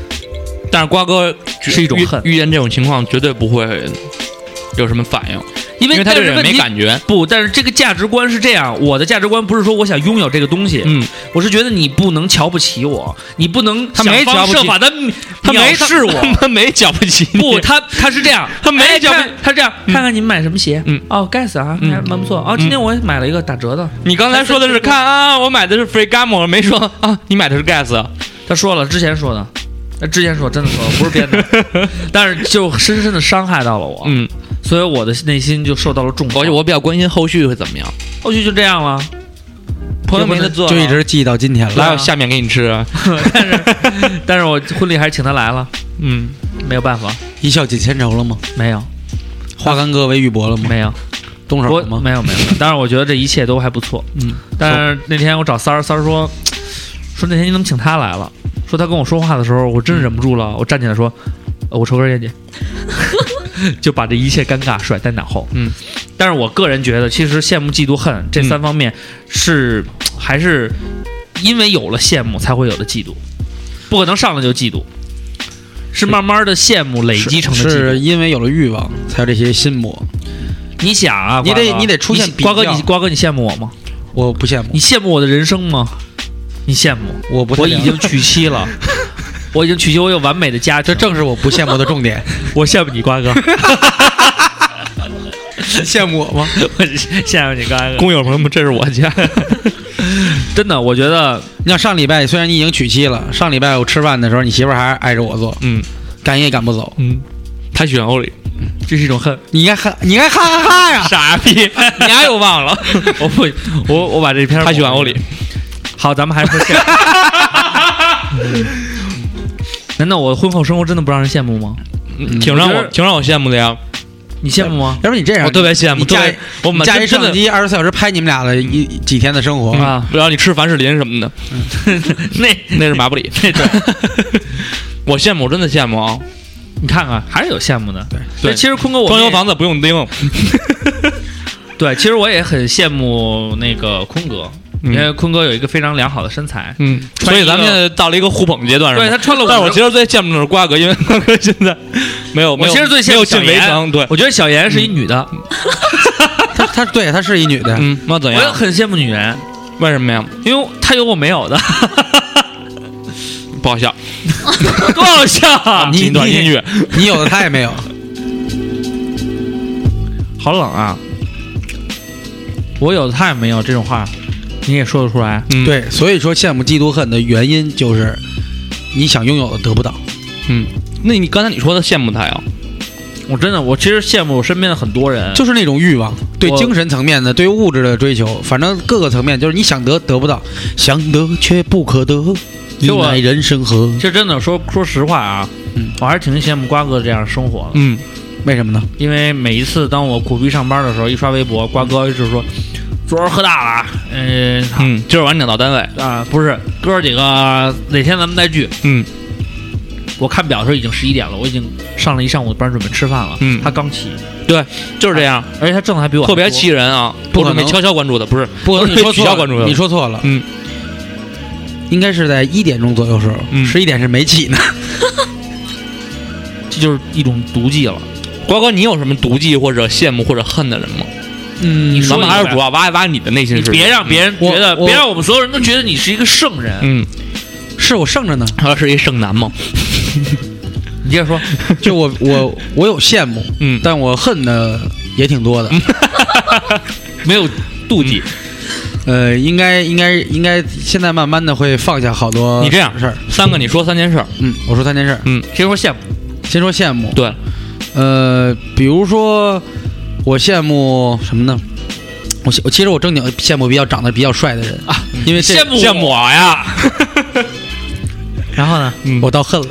Speaker 6: 但是瓜哥绝
Speaker 5: 是一种
Speaker 6: 遇
Speaker 5: 恨
Speaker 6: 遇见这种情况绝对不会有什么反应，
Speaker 5: 因为
Speaker 6: 因为他
Speaker 5: 但
Speaker 6: 对
Speaker 5: 是
Speaker 6: 人
Speaker 5: 问
Speaker 6: 没
Speaker 5: 题
Speaker 6: 感觉。
Speaker 5: 不，但是这个价值观是这样，我的价值观不是说我想拥有这个东西，
Speaker 6: 嗯，
Speaker 5: 我是觉得你不能瞧不起我，你不能
Speaker 6: 他没
Speaker 5: 想方
Speaker 6: 瞧不起
Speaker 5: 设法的，
Speaker 6: 他没
Speaker 5: 是我，
Speaker 6: 他没瞧不 起你。
Speaker 5: 不，他他是这样，
Speaker 6: 他没
Speaker 5: 哎
Speaker 6: 瞧不
Speaker 5: 看他这样，
Speaker 6: 嗯
Speaker 5: 看看你们买什么鞋，
Speaker 6: 嗯，
Speaker 5: 哦，盖茨啊，
Speaker 6: 嗯
Speaker 5: 还蛮不错，哦，今天我也买了一个打折的，
Speaker 6: 你刚才说的是看啊，我买的是 Free Gamo，没说啊，你买的是 Gas。
Speaker 5: 他说了，之前说的，那之前说真的说的，不是编 的，但是就深深的伤害到了我，
Speaker 6: 嗯，
Speaker 5: 所以我的内心就受到了重创。
Speaker 6: 而且我比较关心后续会怎么样。
Speaker 5: 后续就这样了，
Speaker 6: 朋友
Speaker 5: 结婚
Speaker 6: 没
Speaker 5: 的
Speaker 6: 得做，
Speaker 7: 就一直记到今天了。
Speaker 6: 哪有下面给你吃啊？
Speaker 5: 但是但是我婚礼还是请他来了，
Speaker 6: 嗯，
Speaker 5: 没有办法，
Speaker 7: 一笑解千愁了吗？
Speaker 5: 没有
Speaker 7: 化干戈为玉帛了吗？
Speaker 5: 没有，
Speaker 7: 动手
Speaker 5: 我
Speaker 7: 了吗？
Speaker 5: 没有没有。当然我觉得这一切都还不错，
Speaker 7: 嗯，
Speaker 5: 但是那天我找三儿，三儿说说那天你怎么请他来了？说他跟我说话的时候，我真忍不住了，我站起来说，呃我抽根烟去。 就把这一切尴尬甩在脑后。
Speaker 6: 嗯，
Speaker 5: 但是我个人觉得，其实羡慕、嫉妒、恨
Speaker 7: 嗯
Speaker 5: 这三方面是、还是因为有了羡慕才会有的嫉妒，不可能上来就嫉妒，是慢慢的羡慕累积成的
Speaker 7: 是
Speaker 5: 嫉妒。
Speaker 7: 因为有了欲望，才有这些心魔。
Speaker 5: 你想啊，
Speaker 7: 你得
Speaker 5: 瓜哥
Speaker 7: 你得出现比
Speaker 5: 瓜哥，
Speaker 7: 较
Speaker 5: 你瓜哥，你羡慕我吗？
Speaker 7: 我不羡慕
Speaker 5: 你，羡慕我的人生吗？你羡慕？
Speaker 7: 我不太
Speaker 5: 我
Speaker 7: 了
Speaker 5: 已
Speaker 7: 解
Speaker 5: 经娶妻 了，我已经娶妻，我有完美的家庭
Speaker 7: 这。正是我不羡慕的重点。
Speaker 5: 我羡慕你瓜 哥，
Speaker 7: 羡慕我吗？
Speaker 5: 我羡慕你瓜哥。
Speaker 6: 工友朋友们，这是我家。
Speaker 5: 真的，我觉得
Speaker 7: 你像上礼拜，虽然你已经娶妻了，上礼拜我吃饭的时候，你媳妇儿还挨着我做，
Speaker 6: 嗯
Speaker 7: 赶也赶不走。
Speaker 6: 嗯，他喜欢欧里，
Speaker 5: 这是一种恨。
Speaker 7: 你应该哈，你应该哈哈哈呀！
Speaker 6: 傻逼， 你还又忘了？
Speaker 5: 我不，我我把这篇
Speaker 6: 他喜欢欧里。
Speaker 5: 好，咱们还是说 羡慕。难道我婚后生活真的不让人羡慕吗？
Speaker 6: 挺让
Speaker 5: 我觉
Speaker 6: 嗯我
Speaker 5: 得
Speaker 6: 挺让我羡慕的呀。
Speaker 5: 你羡慕吗？
Speaker 7: 要不你这样，
Speaker 6: 我特别羡慕
Speaker 7: 你
Speaker 6: 特
Speaker 7: 架
Speaker 6: 别我
Speaker 7: 你
Speaker 6: 们
Speaker 7: 架
Speaker 6: 真
Speaker 7: 一
Speaker 6: 真的
Speaker 7: 摄像机，二十四小时拍你们俩的一几天的生
Speaker 6: 嗯
Speaker 7: 活。
Speaker 5: 啊，
Speaker 6: 然后你吃凡士林什么的，
Speaker 5: 那
Speaker 6: 那是马布里。 我羡慕，我真的羡慕啊！
Speaker 5: 你看看，还是有羡慕的。对，
Speaker 6: 对
Speaker 5: 其实坤哥我
Speaker 6: 装修
Speaker 5: 那
Speaker 6: 房子不用钉，
Speaker 5: 对，其实我也很羡慕那个坤哥，因为坤哥有一个非常良好的身材。
Speaker 6: 嗯，所以咱们现在到了一个互捧阶段，是吧
Speaker 5: 对他穿了五十
Speaker 6: 但是我其实最羡慕的是瓜哥，因为瓜哥现在没有，
Speaker 5: 我其实最羡
Speaker 6: 没
Speaker 5: 慕
Speaker 6: 有
Speaker 5: 小
Speaker 6: 进围
Speaker 5: 严，
Speaker 6: 城，对，
Speaker 5: 我觉得小严是一女的，
Speaker 7: 她她对她是一女的，
Speaker 6: 嗯，那怎
Speaker 5: 我也
Speaker 6: 样？
Speaker 5: 很羡慕女人，
Speaker 6: 为什么呀？
Speaker 5: 因为她有我没 有的，
Speaker 6: 不好笑，
Speaker 5: 多好笑啊！
Speaker 6: 进一段音乐，
Speaker 7: 你有的她也没有。
Speaker 5: 好冷啊！我有的他也没有这种话，你也说得出来。
Speaker 6: 嗯，
Speaker 7: 对，所以说羡慕、嫉妒、恨的原因就是你想拥有的得不到。
Speaker 6: 嗯，那你刚才你说的羡慕他呀？
Speaker 5: 我真的，我其实羡慕我身边的很多人，
Speaker 7: 就是那种欲望，对
Speaker 5: 我
Speaker 7: 精神层面的、对物质的追求，反正各个层面，就是你想得得不到，想得却不可得，你
Speaker 5: 就我
Speaker 7: 乃人生何？
Speaker 5: 其实真的说说实话啊，
Speaker 7: 嗯
Speaker 5: 我还是挺羡慕瓜哥这样生活的，
Speaker 6: 嗯，
Speaker 7: 为什么 呢？
Speaker 5: 因为每一次当我苦逼上班的时候，一刷微博，瓜哥就是说昨儿喝大了啊，嗯、
Speaker 6: 嗯，今儿晚上你到单位，
Speaker 5: 啊，不是，哥儿几个哪天咱们再聚，
Speaker 6: 嗯，
Speaker 5: 我看表的时候已经十一点了，我已经上了一上午的班准备吃饭了。
Speaker 6: 嗯
Speaker 5: 他刚起，
Speaker 6: 对，就是这样，
Speaker 5: 而且他挣的还比我
Speaker 6: 特别
Speaker 5: 还多
Speaker 6: 气。人啊！
Speaker 7: 不
Speaker 6: 都是
Speaker 7: 可能
Speaker 6: 被悄悄关注的，不是，
Speaker 7: 不过
Speaker 6: 都
Speaker 7: 你
Speaker 6: 是
Speaker 7: 说
Speaker 6: 被取
Speaker 7: 错
Speaker 6: 消
Speaker 7: 了
Speaker 6: 关注的。
Speaker 7: 你说错了，
Speaker 6: 嗯，
Speaker 7: 应该是在一点钟左右时候
Speaker 6: 嗯，
Speaker 7: 十一点是没起呢。
Speaker 5: 这就是一种毒计了。
Speaker 6: 瓜哥，你有什么妒忌或者羡慕或者恨的人吗？
Speaker 7: 嗯
Speaker 5: 你说
Speaker 6: 咱们
Speaker 5: 一
Speaker 6: 还是
Speaker 5: 个
Speaker 6: 主要挖一挖你的内心
Speaker 5: 你
Speaker 6: 世界。
Speaker 5: 别让别人
Speaker 7: 我
Speaker 5: 觉得，
Speaker 7: 我
Speaker 5: 别让我们所有人都觉得你是一个圣人。
Speaker 6: 嗯，
Speaker 7: 是我剩着呢，
Speaker 6: 他是一剩男吗？
Speaker 5: 你接着说，
Speaker 7: 就 我我我有羡慕，
Speaker 6: 嗯
Speaker 7: 但我恨的也挺多的。
Speaker 5: 没有妒忌，
Speaker 6: 嗯
Speaker 7: 呃，应该应该应该现在慢慢的会放下好多。
Speaker 6: 你这样
Speaker 7: 事儿，
Speaker 6: 三个你说三件事儿。
Speaker 7: 嗯，我说三件事儿，
Speaker 5: 先说羡慕。
Speaker 7: 先说羡慕，
Speaker 6: 对，
Speaker 7: 呃，比如说我羡慕什么呢？我羡我其实我正经羡慕比较长得比较帅的人啊，因为这
Speaker 5: 羡慕
Speaker 6: 羡慕我呀！
Speaker 5: 然后呢？
Speaker 6: 嗯
Speaker 7: 我倒 恨了。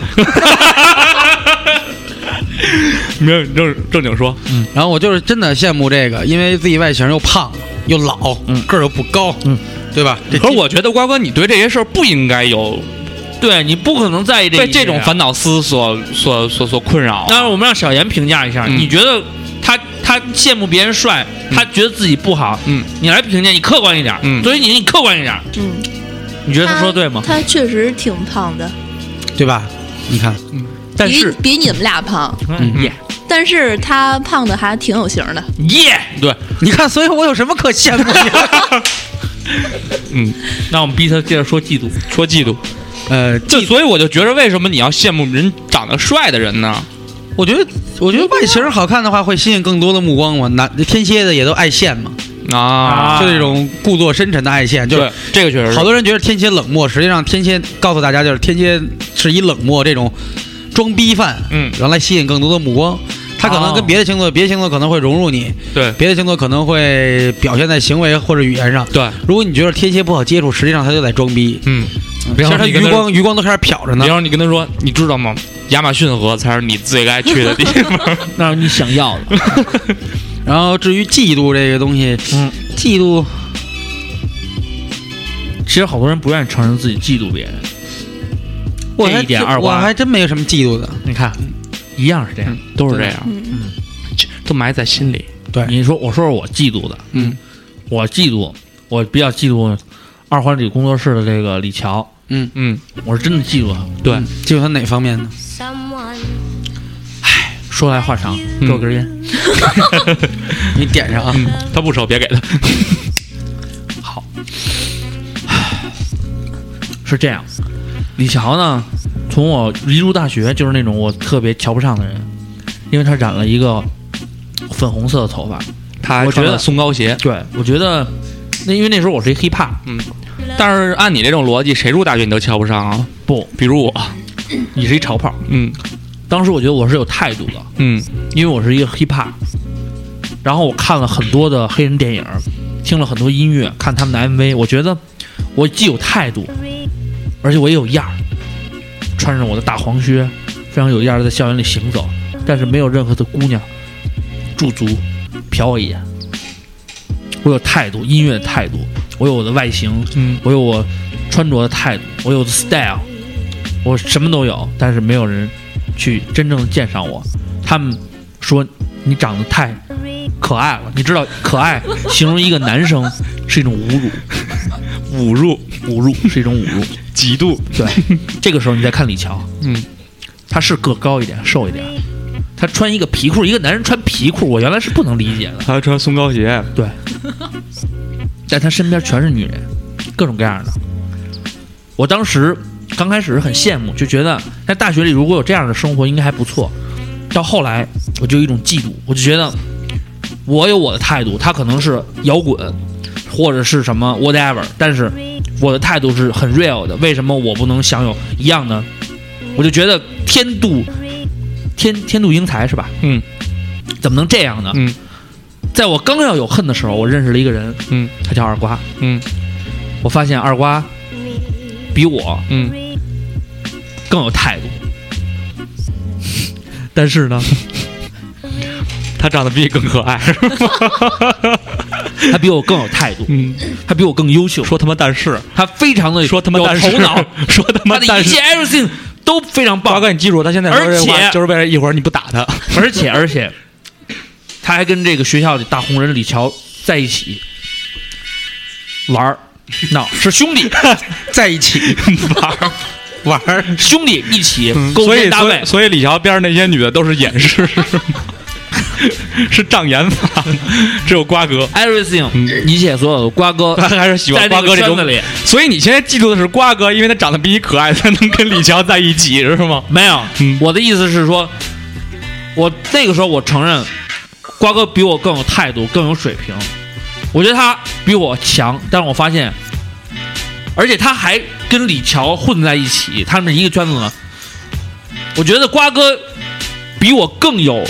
Speaker 6: 没有正正经说，
Speaker 7: 嗯然后我就是真的羡慕这个，因为自己外形又胖又老，个儿又不高，嗯，对吧？这
Speaker 6: 可是我觉得瓜哥，你对这些事儿不应该有
Speaker 5: 对你不可能在意这一
Speaker 6: 被
Speaker 5: 切
Speaker 6: 这种
Speaker 5: 啊
Speaker 6: 烦恼丝所所所所困扰。
Speaker 5: 当然，我们让小严评价一下，
Speaker 6: 嗯
Speaker 5: 你觉得他他羡慕别人帅，他觉得自己不好，
Speaker 6: 嗯，
Speaker 5: 你来评价，你客观一点，
Speaker 6: 嗯
Speaker 5: 所以你你客观一点，
Speaker 9: 嗯，
Speaker 5: 你觉得他说的对吗？
Speaker 9: 他确实挺胖的，
Speaker 7: 对吧？你看，
Speaker 5: 但是，
Speaker 9: 比比你们俩胖，
Speaker 5: 嗯耶
Speaker 9: 但是他胖的还挺有型的。
Speaker 5: 耶，
Speaker 6: 嗯对，
Speaker 7: 你看，所以我有什么可羡慕的？
Speaker 6: 嗯，
Speaker 5: 那我们逼他接着说嫉妒，
Speaker 6: 说嫉妒，
Speaker 7: 呃，
Speaker 6: 就所以我就觉得为什么你要羡慕人长得帅的人呢？
Speaker 7: 我觉得，我觉得外形好看的话，会吸引更多的目光嘛。男天蝎的也都爱现嘛，
Speaker 6: 啊，
Speaker 7: 就这种故作深沉的爱现，就是
Speaker 6: 对，这个确实是
Speaker 7: 好多人觉得天蝎冷漠，实际上天蝎告诉大家，就是天蝎是以冷漠这种装逼犯，
Speaker 6: 嗯
Speaker 7: 然后来吸引更多的目光。他可能跟别的星座，别的星座可能会融入你，
Speaker 6: 对
Speaker 7: 别的星座可能会表现在行为或者语言上。
Speaker 6: 对，
Speaker 7: 如果你觉得天蝎不好接触，实际上他就在装逼。
Speaker 6: 嗯，
Speaker 7: 其
Speaker 6: 然
Speaker 7: 实
Speaker 6: 后
Speaker 7: 他
Speaker 6: 你跟
Speaker 7: 余
Speaker 6: 他
Speaker 7: 光余光都开始瞟着呢
Speaker 6: 比。方说你跟他说，你知道吗？亚马逊河才是你最该去的地 方。
Speaker 5: 那是你想要的，
Speaker 7: 然后至于嫉妒这个东西，
Speaker 5: 嗯，
Speaker 7: 嫉妒
Speaker 5: 其实好多人不愿意承认自己嫉妒别人，
Speaker 7: 我
Speaker 5: 这
Speaker 7: 还
Speaker 5: 一点
Speaker 7: 真
Speaker 5: 二
Speaker 7: 我
Speaker 5: 瓜嗯
Speaker 7: 还真没有什么嫉妒的。
Speaker 5: 你看，
Speaker 6: 嗯
Speaker 5: 一样是这样。
Speaker 6: 都是这样，
Speaker 9: 嗯，
Speaker 6: 这都埋在心里。
Speaker 5: 你说，我说说我嫉妒的，
Speaker 7: 嗯，
Speaker 5: 我嫉妒，我比较嫉妒二环里工作室的这个李乔，
Speaker 6: 嗯，
Speaker 5: 我是真的嫉妒他。嗯
Speaker 6: 对，
Speaker 7: 嫉妒他哪方面呢？
Speaker 5: 说来话长，
Speaker 6: 嗯
Speaker 5: 给我根烟。
Speaker 7: 你点上啊。
Speaker 6: 嗯，他不收，别给他。
Speaker 5: 是这样，李乔呢，从我一入大学就是那种我特别瞧不上的人，因为他染了一个粉红色的头发。
Speaker 6: 他
Speaker 5: 我觉得
Speaker 6: 穿了松糕鞋，
Speaker 5: 对，我觉得那因为那时候我是一 hiphop，
Speaker 6: 但是按你这种逻辑，谁入大学你都瞧不上啊？
Speaker 5: 不，
Speaker 6: 比如我，
Speaker 5: 你是一潮炮。
Speaker 6: 嗯
Speaker 5: 当时我觉得我是有态度的，
Speaker 6: 嗯
Speaker 5: 因为我是一个 hiphop。然后我看了很多的黑人电影，听了很多音乐，看他们的 MV，我觉得我既有态度，而且我也有样儿，穿上我的大黄靴，非常有样儿地在校园里行走，但是没有任何的姑娘驻足瞟我一眼。我有态度，音乐的态度，我有我的外形，
Speaker 6: 嗯，
Speaker 5: 我有我穿着的态度，我有我的 style，我什么都有，但是没有人去真正的鉴赏我。他们说你长得太可爱了，你知道可爱形容一个男生 是一种侮辱，
Speaker 6: 侮辱、
Speaker 5: 侮辱是一种侮辱。
Speaker 6: 嫉妒，
Speaker 5: 对，这个时候你再看李乔，
Speaker 6: 嗯，
Speaker 5: 他是个高一点，瘦一点，他穿一个皮裤，一个男人穿皮裤，我原来是不能理解的，
Speaker 6: 他还穿松糕鞋，
Speaker 5: 但他身边全是女人，各种各样的。我当时刚开始是很羡慕，就觉得在大学里如果有这样的生活应该还不错。到后来我就有一种嫉妒，我就觉得我有我的态度，他可能是摇滚或者是什么 whatever，但是我的态度是很 real 的，为什么我不能享有一样呢？我就觉得天妒天天妒英才是吧？
Speaker 6: 嗯，
Speaker 5: 怎么能这样呢？
Speaker 6: 嗯，
Speaker 5: 在我刚要有恨的时候，我认识了一个人，
Speaker 6: 嗯，
Speaker 5: 他叫二瓜，
Speaker 6: 嗯
Speaker 5: 我发现二瓜比我
Speaker 6: 嗯，
Speaker 5: 更有 态度，但是呢，
Speaker 6: 他长得比你更可爱，
Speaker 5: 他比我更有态度，
Speaker 6: 嗯，
Speaker 5: 他比我更优秀，
Speaker 6: 说他妈但是，
Speaker 5: 他非常的
Speaker 6: 说他妈
Speaker 5: 有
Speaker 6: 但是
Speaker 5: 头脑，，
Speaker 6: 说他妈
Speaker 5: 他的
Speaker 6: 但
Speaker 5: 一切
Speaker 6: 是，
Speaker 5: everything 都非常棒
Speaker 6: 瓜。哥，你记住，他现在说这
Speaker 5: 而且
Speaker 6: 话就是为了一会儿你不打他。
Speaker 5: 而且而且，他还跟这个学校的大红人李乔在一起玩儿，闹是兄 弟在一起玩 儿玩儿，兄弟一起勾
Speaker 6: 所
Speaker 5: 肩
Speaker 6: 以
Speaker 5: 搭
Speaker 6: 所
Speaker 5: 背
Speaker 6: 以。嗯所以李乔边上那些女的都是掩饰，是障眼法，只有瓜哥。
Speaker 5: Everything，、一切所有的瓜哥
Speaker 6: 他还是嗯 喜欢
Speaker 5: 在
Speaker 6: 瓜
Speaker 5: 那
Speaker 6: 哥
Speaker 5: 个
Speaker 6: 这
Speaker 5: 圈
Speaker 6: 种
Speaker 5: 子里
Speaker 6: 所以你现在嫉妒的是瓜哥，因为他长得比你可爱，才能跟李乔在一起，是吗？
Speaker 5: 没有、
Speaker 6: 嗯
Speaker 5: 我的意思是说，我那个时候我承认，瓜哥比我更有态度，更有水平。我觉得他比我强，但是我发现，而且他还跟李乔混在一起，他们是一个圈子呢。我觉得瓜哥比我更有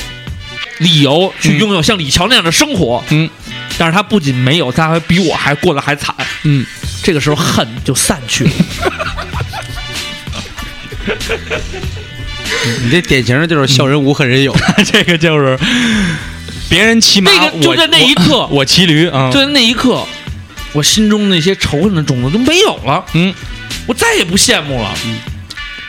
Speaker 5: 理由去拥有像李乔那样的生活。
Speaker 6: 嗯，
Speaker 5: 但是他不仅没有，他还比我还过得还惨。
Speaker 6: 嗯，
Speaker 5: 这个时候恨就散去了。
Speaker 7: 你这典型的就是笑人无恨 人有，
Speaker 6: 这个就是别人骑马，
Speaker 5: 那个
Speaker 6: 我
Speaker 5: 就在那一刻
Speaker 6: 我我骑驴啊。嗯
Speaker 5: 就在那一刻，我心中那些仇恨的种子都没有了，
Speaker 6: 嗯，
Speaker 5: 我再也不羡慕了。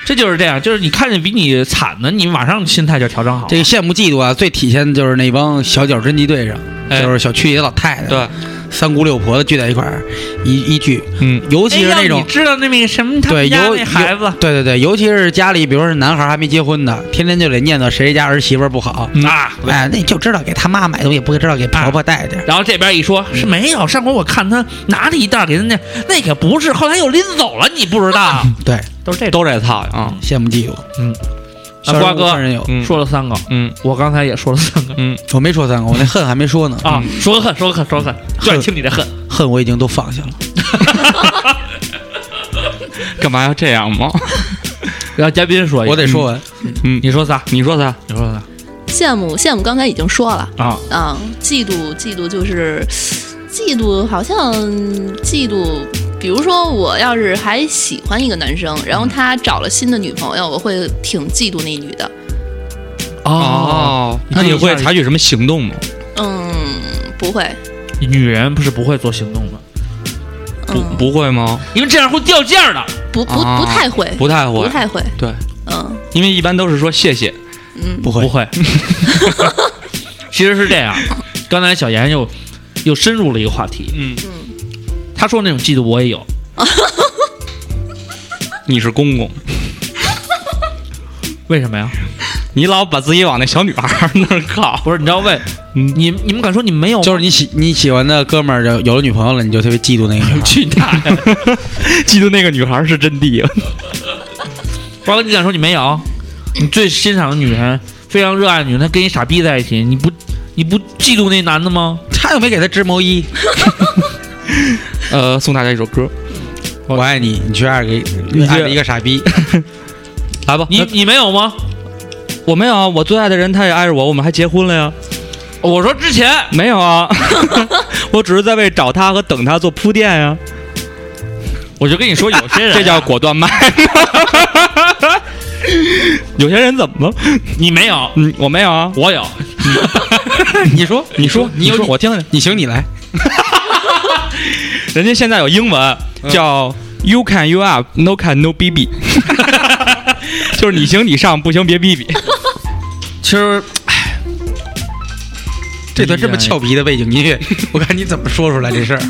Speaker 5: 这就是这样，就是你看见比你惨的，你马上心态就调整好了。
Speaker 7: 这个羡慕嫉妒啊，最体现的就是那帮小脚侦缉队上，
Speaker 6: 哎
Speaker 7: 就是小区里的老太太，
Speaker 5: 哎
Speaker 6: 对，
Speaker 7: 三姑六婆的聚在一块儿，一一聚，
Speaker 6: 嗯，
Speaker 7: 尤其是
Speaker 5: 哎
Speaker 7: 那
Speaker 5: 要
Speaker 7: 种
Speaker 5: 你知道那个什么他
Speaker 7: 对
Speaker 5: 们家
Speaker 7: 尤
Speaker 5: 那孩子
Speaker 7: 尤，对对对，尤其是家里，比如说是男孩还没结婚的，天天就得念叨谁家儿媳妇儿不好，
Speaker 6: 嗯
Speaker 5: 啊，
Speaker 7: 哎，那你就知道给他妈买东西，不知道给婆婆带点儿。
Speaker 5: 然后这边一说，是没有。上回我看他拿了一袋给他那，那可不是，后来又拎走了，你不知道，
Speaker 6: 嗯
Speaker 7: 对，
Speaker 5: 都是这种。
Speaker 6: 都这套啊。
Speaker 7: 羡慕嫉妒。
Speaker 5: 嗯，
Speaker 7: 小
Speaker 5: 啊瓜哥
Speaker 7: 人有，
Speaker 6: 嗯
Speaker 5: 说了三个，
Speaker 6: 嗯
Speaker 5: 我刚才也说了三个
Speaker 7: 我没说三个，我 那恨还没说呢。
Speaker 6: 嗯
Speaker 5: 啊，说个恨，说个恨，说个 恨，就想听你的恨。
Speaker 7: 恨我已经都放下了。
Speaker 6: 干嘛要这样吗？
Speaker 5: 让嘉宾说一个，
Speaker 7: 我得说完，
Speaker 6: 嗯，
Speaker 5: 你说仨，
Speaker 6: 你说他
Speaker 5: 你说仨
Speaker 9: 羡慕羡慕，刚才已经说了
Speaker 5: 啊。
Speaker 9: 啊，嫉妒嫉妒就是嫉妒，好像嫉妒。比如说，我要是还喜欢一个男生，然后他找了新的女朋友，我会挺嫉妒那女的。
Speaker 6: 哦， 那你会采取什么行动吗？
Speaker 9: 嗯，不会，
Speaker 5: 女人不是不会做行动的，
Speaker 6: 不
Speaker 9: 嗯，
Speaker 6: 不会吗？
Speaker 5: 因为这样会掉价儿的。
Speaker 9: 不不
Speaker 6: 啊
Speaker 9: 不太会，
Speaker 6: 不太
Speaker 9: 不
Speaker 6: 会，
Speaker 9: 太会，
Speaker 6: 对，
Speaker 9: 嗯
Speaker 6: 因为一般都是说谢谢，
Speaker 9: 嗯，
Speaker 7: 不会
Speaker 5: 不 会。其实是这样，刚才小严又又深入了一个话题，
Speaker 6: 嗯，
Speaker 5: 他说那种嫉妒我也有，
Speaker 6: 你是公公，
Speaker 5: 为什么呀？
Speaker 6: 你老把自己往那小女孩儿那儿 靠，
Speaker 5: 不是，你知道为
Speaker 6: 嗯
Speaker 5: 你你们敢说你没有吗？。
Speaker 7: 就是你喜你喜欢的哥们儿有有了女朋友了，你就特别嫉妒那个女孩
Speaker 5: 去你 大爷！
Speaker 6: 嫉妒那个女孩儿是真啊谛。
Speaker 5: 瓜哥，你敢说你没有？你最欣赏的女人，非常热爱的女人，她跟一傻逼在一起，你不你不嫉妒那男的吗？
Speaker 7: 他又没给他织毛衣，
Speaker 6: 呃，送大家一首歌，
Speaker 7: 我爱你，你却爱给爱了一个傻逼。
Speaker 6: 来吧，
Speaker 5: 你你没有吗？
Speaker 6: 我没有啊，我最爱的人他也爱着我，我们还结婚了呀。
Speaker 5: 我说之前
Speaker 6: 没有啊， 我只是在为找他和等他做铺垫呀、
Speaker 5: 我就跟你说，有些 人啊、
Speaker 6: 这叫果断卖。 有些人怎么 了？
Speaker 5: 你没有，
Speaker 6: 嗯，我没有啊。
Speaker 5: 我 有。
Speaker 7: 你说，
Speaker 6: 你说，你
Speaker 7: 有
Speaker 6: 说，我听听。
Speaker 7: 你行，你来。
Speaker 6: 人家现在有英文叫 “You can you up, no can no bb”，就是你行你上，不行别逼逼。
Speaker 5: 其实
Speaker 7: 这段这
Speaker 5: 哎
Speaker 7: 么俏皮的背景音 乐，我看你怎么说出来这事儿。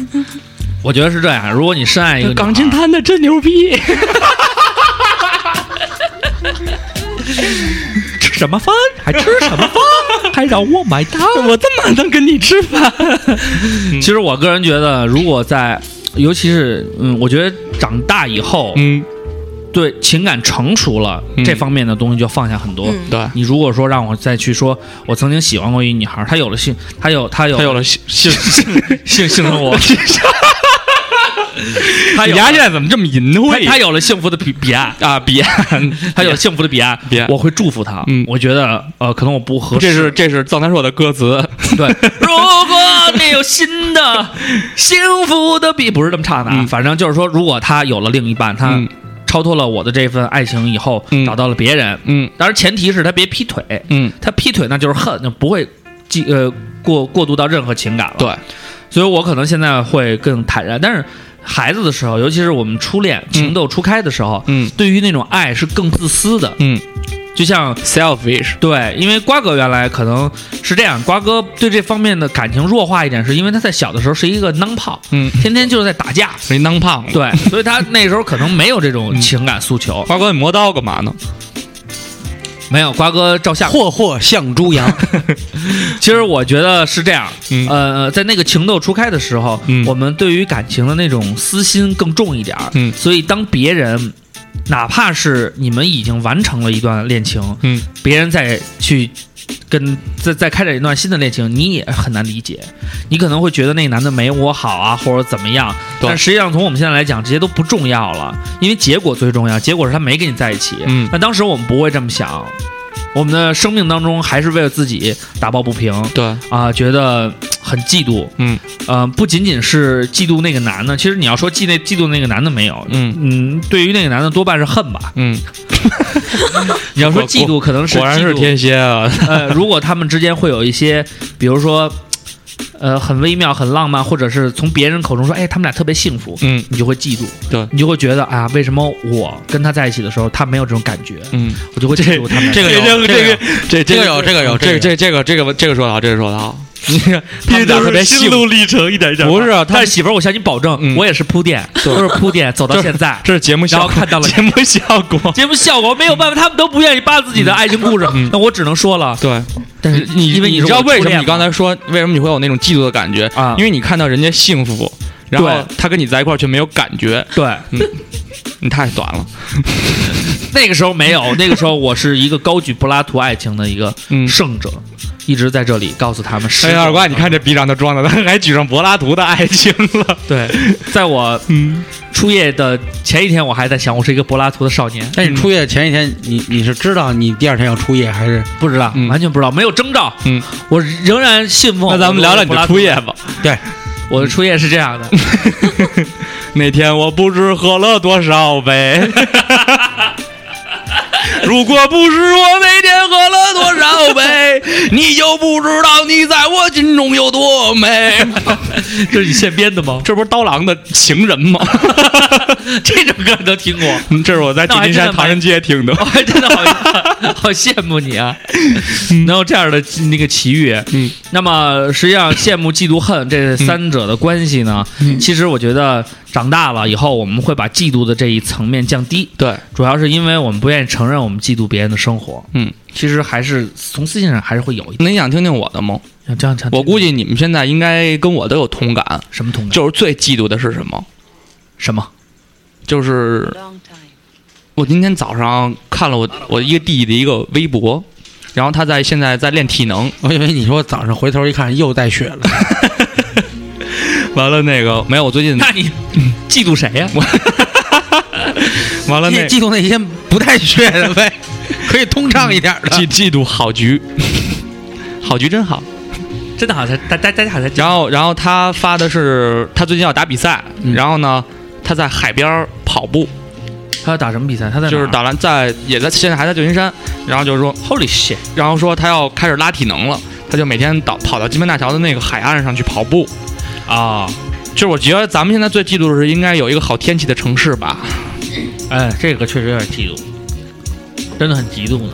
Speaker 5: 我觉得是这样，如果你深爱一个女孩
Speaker 6: 钢琴弹的真牛逼，
Speaker 5: 吃什么饭， 还吃什么饭，还让我买 单。
Speaker 6: 我这么能跟你吃饭？
Speaker 5: 嗯其实我个人觉得，如果在，尤其是嗯，我觉得长大以后，
Speaker 6: 嗯，
Speaker 5: 对情感成熟了，
Speaker 6: 嗯
Speaker 5: 这方面的东西就放下很多。
Speaker 9: 嗯
Speaker 6: 对，
Speaker 5: 你如果说让我再去说，我曾经喜欢过一女孩，她有了性，她有她有
Speaker 6: 他有了性 性
Speaker 5: 性性生活， 她
Speaker 6: 你
Speaker 5: 有
Speaker 6: 家现
Speaker 5: 了
Speaker 6: 在怎么这么淫
Speaker 5: 她
Speaker 6: 秽？
Speaker 5: 她有了幸福的彼彼 岸。
Speaker 6: 啊，别，
Speaker 5: 她有幸福的彼岸
Speaker 6: 彼岸，
Speaker 5: 我会祝福她。
Speaker 6: 嗯
Speaker 5: 我觉得呃，可能我不合适。
Speaker 6: 这是这是藏三硕的歌词，
Speaker 5: 对，如果你有新的幸福的比，不是这么唱的啊，
Speaker 6: 嗯
Speaker 5: 反正就是说，如果他有了另一半，他
Speaker 6: 嗯
Speaker 5: 超脱了我的这份爱情以后，
Speaker 6: 嗯
Speaker 5: 找到了别人，
Speaker 6: 嗯
Speaker 5: 当然前提是他别劈腿，
Speaker 6: 嗯，
Speaker 5: 他劈腿那就是恨，那不会记呃过过渡到任何情感了。
Speaker 6: 对，
Speaker 5: 所以我可能现在会更坦然，但是孩子的时候，尤其是我们初恋情窦初开的时候，
Speaker 6: 嗯
Speaker 5: 对于那种爱是更自私的，
Speaker 6: 嗯
Speaker 5: 就像
Speaker 6: ，selfish，
Speaker 5: 对，因为瓜哥原来可能是这样，瓜哥对这方面的感情弱化一点，是因为他在小的时候是一个囊炮，
Speaker 6: 嗯，
Speaker 5: 天天就是在打架，
Speaker 6: 谁当胖子？
Speaker 5: 对，所以他那时候可能没有这种情感诉求，
Speaker 6: 花哥，你磨刀干嘛呢？
Speaker 5: 没有瓜哥照相。
Speaker 7: 霍霍向猪羊，
Speaker 5: 其实我觉得是这样，
Speaker 6: 嗯
Speaker 5: 呃，在那个情窦初开的时候，
Speaker 6: 嗯
Speaker 5: 我们对于感情的那种私心更重一点儿，
Speaker 6: 嗯
Speaker 5: 所以当别人。哪怕是你们已经完成了一段恋情，
Speaker 6: 嗯，
Speaker 5: 别人再去跟再再开展一段新的恋情，你也很难理解。你可能会觉得那个男的没我好啊，或者怎么样，
Speaker 6: 对
Speaker 5: 但实际上从我们现在来讲，这些都不重要了，因为结果最重要。结果是他没跟你在一起，
Speaker 6: 嗯
Speaker 5: 那当时我们不会这么想，我们的生命当中还是为了自己打抱不平
Speaker 6: 对，
Speaker 5: 啊、觉得很嫉妒，
Speaker 6: 嗯，
Speaker 5: 呃，不仅仅是嫉妒那个男的，其实你要说嫉那嫉妒那个男的没有，
Speaker 6: 嗯
Speaker 5: 嗯，对于那个男的多半是恨吧。
Speaker 6: 嗯，
Speaker 5: 你要说嫉妒，可能是
Speaker 6: 果然是
Speaker 5: 嫉妒
Speaker 6: 天蝎啊，
Speaker 5: 呃，如果他们之间会有一些，比如说，呃，很微妙、很浪漫，或者是从别人口中说，哎，他们俩特别幸福，
Speaker 6: 嗯
Speaker 5: 你就会嫉妒，
Speaker 6: 对
Speaker 5: 你就会觉得啊，为什么我跟他在一起的时候，他没有这种感觉，
Speaker 6: 嗯，
Speaker 5: 我就会嫉妒他们。
Speaker 6: 这个有，
Speaker 5: 这
Speaker 6: 这个这
Speaker 7: 这个有这个有
Speaker 6: 这
Speaker 7: 这
Speaker 6: 这
Speaker 7: 个
Speaker 6: 这个这个这个说的好，这个说的好， 你看他们俩特别幸福，
Speaker 5: 历程，一点一
Speaker 6: 点
Speaker 5: 不
Speaker 6: 不
Speaker 5: 是
Speaker 6: 是啊
Speaker 5: 啊，
Speaker 6: 他
Speaker 5: 但是媳妇儿，我向你保证，
Speaker 6: 嗯
Speaker 5: 我也是铺垫，都是铺垫，走到现在。
Speaker 6: 这是节目效
Speaker 5: 然
Speaker 6: 果，
Speaker 5: 后看到了
Speaker 6: 节目效果，
Speaker 5: 节目效果没有办法，他们都不愿意扒自己的爱情故事，
Speaker 6: 嗯
Speaker 5: 那我只能说了。
Speaker 6: 对。
Speaker 5: 但是
Speaker 6: 你
Speaker 5: 因为
Speaker 6: 你
Speaker 5: 是
Speaker 6: 知道
Speaker 5: 我的
Speaker 6: 嗯为
Speaker 5: 初
Speaker 6: 什么
Speaker 5: 恋
Speaker 6: 你刚
Speaker 5: 嘛
Speaker 6: 才说为什么你会有那种嫉妒的感觉
Speaker 5: 啊
Speaker 6: 因为你看到人家幸福，然后
Speaker 5: 对
Speaker 6: 他跟你在一块儿却没有感觉，
Speaker 5: 对
Speaker 6: 你太短了。
Speaker 5: 那个时候没 有，那个时候我是一个高举柏拉图爱情的一个
Speaker 6: 嗯
Speaker 5: 胜者，一直在这里告诉他们。
Speaker 6: 哎， 二瓜，你看这逼让他装的，他还举上柏拉图的爱情了。
Speaker 5: 对，在我
Speaker 6: 嗯，
Speaker 5: 初夜的前一天，我还在想，我是一个柏拉图的少年，
Speaker 6: 嗯
Speaker 7: 但是你出夜前一天，你你是知道你第二天要出夜还是？
Speaker 5: 不知道，
Speaker 6: 嗯
Speaker 5: 完全不知道，没有征兆。
Speaker 6: 嗯，
Speaker 5: 我仍然信奉。
Speaker 6: 那咱们聊聊你的初夜吧。
Speaker 7: 对，
Speaker 5: 我的初夜是这样 的，
Speaker 6: 那天我不知喝了多少杯。 如果不是我那天喝了多少杯，你就不知道你在我心中有多美。
Speaker 5: 这是你现编的吗？
Speaker 6: 这不是刀郎的《 情人》吗？
Speaker 5: 这种歌你都听过，
Speaker 6: 嗯 这是我在
Speaker 5: 那我
Speaker 6: 旧
Speaker 5: 还
Speaker 6: 金
Speaker 5: 真的
Speaker 6: 山唐人街 听的
Speaker 5: 我。还哦真的好 好羡慕你啊，能有这样的那个奇遇。
Speaker 6: 嗯，
Speaker 5: 那么实际上羡慕、嫉妒、恨这三者的关系呢，其实我觉得长大了以后，我们会把嫉妒的这一层面降低，
Speaker 6: 对，
Speaker 5: 主要是因为我们不愿意承认我们嫉妒别人的生活。
Speaker 6: 嗯，
Speaker 5: 其实还是从私信上还是会有一点。
Speaker 6: 那你想听听我的吗？
Speaker 5: 像这样，这样
Speaker 6: 我估计你们现在应该跟我都有同感，
Speaker 5: 什
Speaker 7: 嗯
Speaker 5: 么同感？
Speaker 6: 就是最嫉妒的是什么？
Speaker 5: 什么？
Speaker 6: 就是我今天早上看了我我一个弟弟的一个微博，然后他在现在在练体能，
Speaker 7: 我以为你说早上回头一看又带血了，
Speaker 6: 完了那个没有，我最近
Speaker 5: 那你嫉妒谁呀、
Speaker 6: 完了
Speaker 7: 你
Speaker 6: 那
Speaker 7: 也嫉妒那些不带血的 呗，可以通畅一点的。
Speaker 6: 啊嫉嫉妒好 局，好局真好。
Speaker 5: 真的好像大大大家好像
Speaker 6: 然后然后他发的是他最近要打比赛，
Speaker 7: 嗯
Speaker 6: 然后呢他在海边儿跑步，
Speaker 5: 他要打什么比赛？他在哪儿啊
Speaker 6: 就是打篮在也在现在还在旧金山，然后就是说
Speaker 5: Holy shit！
Speaker 6: 然后说他要开始拉体能了，他就每天到跑到金门大桥的那个海岸上去跑步。
Speaker 5: 啊、
Speaker 6: 就是我觉得咱们现在最嫉妒的是应该有一个好天气的城市吧。
Speaker 5: 哎，这个确实有点嫉妒，真的很嫉妒呢。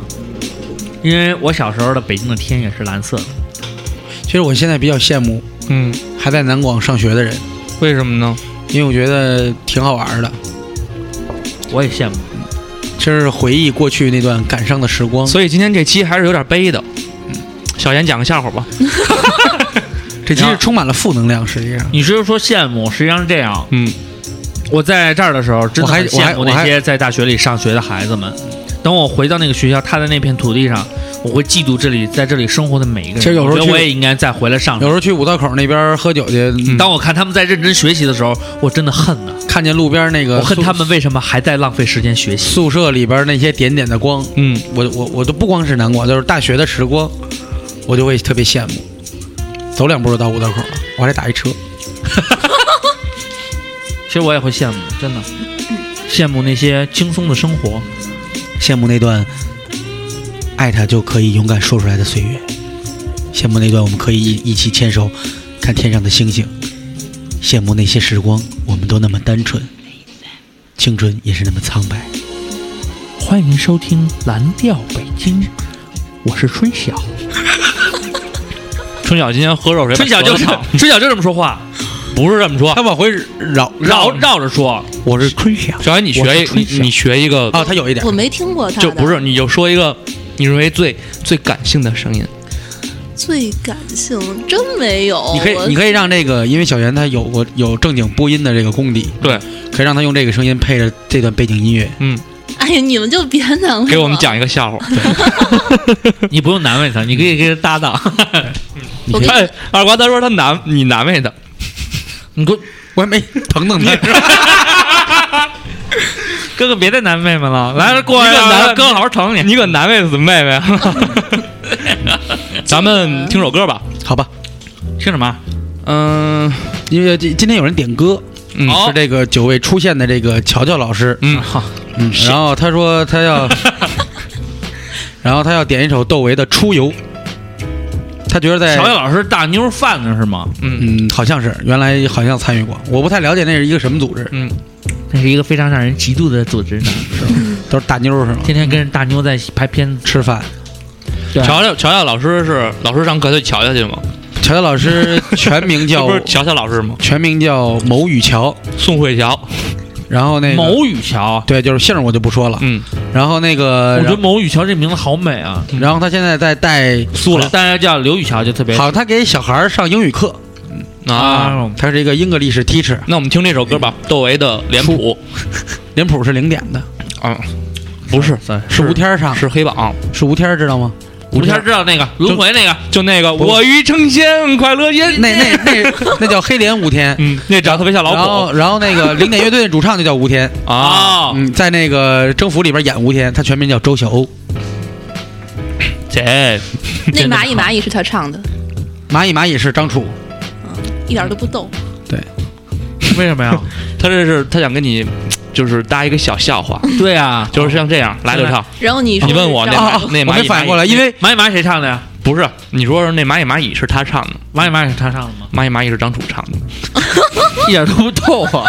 Speaker 5: 因为我小时候的北京的天也是蓝色的，
Speaker 7: 其实我现在比较羡慕
Speaker 6: 嗯，
Speaker 7: 还在南广上学的人，
Speaker 6: 为什么呢？
Speaker 7: 因为我觉得挺好玩的，
Speaker 5: 我也羡慕。
Speaker 7: 就是回忆过去那段感伤的时
Speaker 5: 嗯
Speaker 7: 光。
Speaker 6: 所以今天这期还是有点悲的。嗯，小严讲个笑话吧。
Speaker 7: 这其实充满了负能量，实际上。
Speaker 5: 你是说羡慕？实际上是这样，
Speaker 6: 嗯
Speaker 5: 我在这儿的时候，真的
Speaker 7: 我还
Speaker 5: 很羡慕
Speaker 7: 我还
Speaker 5: 那些在大学里上学的孩子们。等我回到那个学校，踏在那片土地上，我会嫉妒这里在这里生活的每一个人。
Speaker 7: 其实有时候
Speaker 5: 我觉得
Speaker 7: 去
Speaker 5: 我也应该再回来上
Speaker 7: 有
Speaker 5: 学。
Speaker 7: 时候去五道口那边喝酒去，嗯
Speaker 5: 当我看他们在认真学习的时候，我真的恨呐、
Speaker 7: 看见路边那个
Speaker 5: 我恨
Speaker 7: 宿
Speaker 5: 他们为什么还在浪费时间学习。
Speaker 7: 宿舍里边那些点点的光，
Speaker 6: 嗯，
Speaker 7: 我我我都不光是南广，就是大学的时光，我就会特别羡慕。走两步就到五道口了，我还得打一车。
Speaker 5: 其实我也会羡慕，真的羡慕那些轻松的生活。
Speaker 7: 羡慕那段爱他就可以勇敢说出来的岁月，羡慕那段我们可以一一起牵手看天上的星星，羡慕那些时光我们都那么单纯，青春也是那么苍白。
Speaker 6: 欢迎收听《蓝调北京》，我是春晓。 春晓今天喝热水，
Speaker 5: 春晓就是
Speaker 6: 把舌头烫
Speaker 5: 春晓就这么说话，
Speaker 6: 不是这么说
Speaker 7: 他？往回绕
Speaker 5: 绕绕着说，
Speaker 7: 我是春晓
Speaker 6: 小安，你学一
Speaker 7: 我是春
Speaker 6: 你
Speaker 7: 晓
Speaker 6: 你学一个
Speaker 7: 啊，他有一点
Speaker 9: 我没听过他
Speaker 6: 就
Speaker 9: 的，
Speaker 6: 不是你就说一个你认为最最感性的声音，
Speaker 9: 最感性，真没有。
Speaker 7: 你可以，
Speaker 9: 我
Speaker 7: 你可以让这个，因为小袁他有过有正经播音的这个功底，
Speaker 6: 对，
Speaker 7: 可以让他用这个声音配着这段背景音乐。
Speaker 6: 嗯，
Speaker 9: 哎呀，你们就别难为
Speaker 6: 给我们
Speaker 9: 了。
Speaker 6: 讲一个笑话。
Speaker 5: 你不用难为他，你可以跟他搭 档。
Speaker 9: 我跟
Speaker 6: 哎，二瓜他说他难你难为他，
Speaker 5: 你给我
Speaker 7: 我 还没疼疼他，
Speaker 5: 哥哥别再难妹妹了，来过来，
Speaker 6: 你可难
Speaker 5: 来哥好好疼你。
Speaker 6: 你可难为死妹妹 啊。咱们听首歌吧，
Speaker 7: 好吧？
Speaker 5: 听什
Speaker 6: 啊
Speaker 5: 么？
Speaker 6: 嗯
Speaker 7: 因为今今天有人点歌，
Speaker 6: 嗯
Speaker 7: 是这个九位出现的这个乔乔老师，
Speaker 6: 嗯，
Speaker 7: 嗯，然后他说他 要，然后他要点一首窦唯的《出游》，他觉得在
Speaker 5: 乔乔老师大妞贩子是吗？
Speaker 7: 嗯，好像是原来好像参与过，我不太了解那是一个什么组织，
Speaker 5: 那是一个非常让人嫉妒的组织呢，
Speaker 7: 都是大妞儿是吗？
Speaker 5: 天天跟着大妞在拍片子。
Speaker 7: 吃饭，
Speaker 5: 啊
Speaker 6: 乔乔乔乔老师是老师上课就瞧瞧去吗？
Speaker 7: 乔乔老师全名
Speaker 6: 这
Speaker 7: 叫
Speaker 6: 不是乔乔老师吗？
Speaker 7: 全名叫某雨乔，
Speaker 6: 宋慧乔，
Speaker 7: 然后那个
Speaker 5: 某雨乔，
Speaker 7: 对，就是姓儿我就不说了。
Speaker 6: 嗯，
Speaker 7: 然后那
Speaker 5: 我
Speaker 7: 个，
Speaker 5: 觉得
Speaker 7: 然后
Speaker 5: 某雨乔这名字好美啊，
Speaker 7: 然后他现在在带苏了，
Speaker 5: 大家叫刘雨乔就特别
Speaker 7: 好像他给小孩儿上英语课，
Speaker 6: 啊，嗯
Speaker 5: 啊。
Speaker 7: 他是一个英格力士 teacher，
Speaker 6: 那我们听这首歌吧，窦唯的《脸谱
Speaker 7: 脸谱是零点的，》
Speaker 6: 啊，不是
Speaker 7: 是吴天儿上，
Speaker 6: 是黑榜，
Speaker 7: 是吴天儿知道吗？
Speaker 5: 吴天知道那个轮回那个，
Speaker 6: 就那个
Speaker 7: 不是
Speaker 6: 我欲成仙，快乐仙，
Speaker 7: 那那那那叫黑脸吴 天，
Speaker 6: 嗯，那长得特别像
Speaker 7: 然
Speaker 6: 老
Speaker 7: 后然后那个零点乐队的主唱就叫吴天，
Speaker 6: 狗啊，
Speaker 7: 嗯，在那个征服里边演吴天，他全名叫周晓鸥。
Speaker 6: 这
Speaker 9: 那蚂蚁蚂蚁是他唱的，
Speaker 7: 蚂蚁蚂蚁是张楚，
Speaker 9: 一点都不逗。
Speaker 5: 为什么呀？
Speaker 6: 他这是他想跟你就是搭一个小笑话，
Speaker 5: 对啊哦呀，
Speaker 6: 就是像
Speaker 5: 嗯
Speaker 6: 这样来就唱，
Speaker 9: 然后你说
Speaker 6: 哦你问我
Speaker 9: 是
Speaker 6: 那
Speaker 9: 张
Speaker 6: 蚂
Speaker 7: 啊，
Speaker 6: 蚁
Speaker 7: 我
Speaker 6: 那蚂蚁
Speaker 7: 没反应过来，
Speaker 6: 蚂蚁
Speaker 7: 因为
Speaker 5: 蚂蚁蚂蚁谁唱的呀？
Speaker 6: 不是你说是那蚂蚁蚂蚁是他唱的，
Speaker 5: 蚂蚁蚂蚁是他唱的吗？
Speaker 6: 蚂蚁蚂蚁是张楚唱的，
Speaker 5: 一点都不逗啊！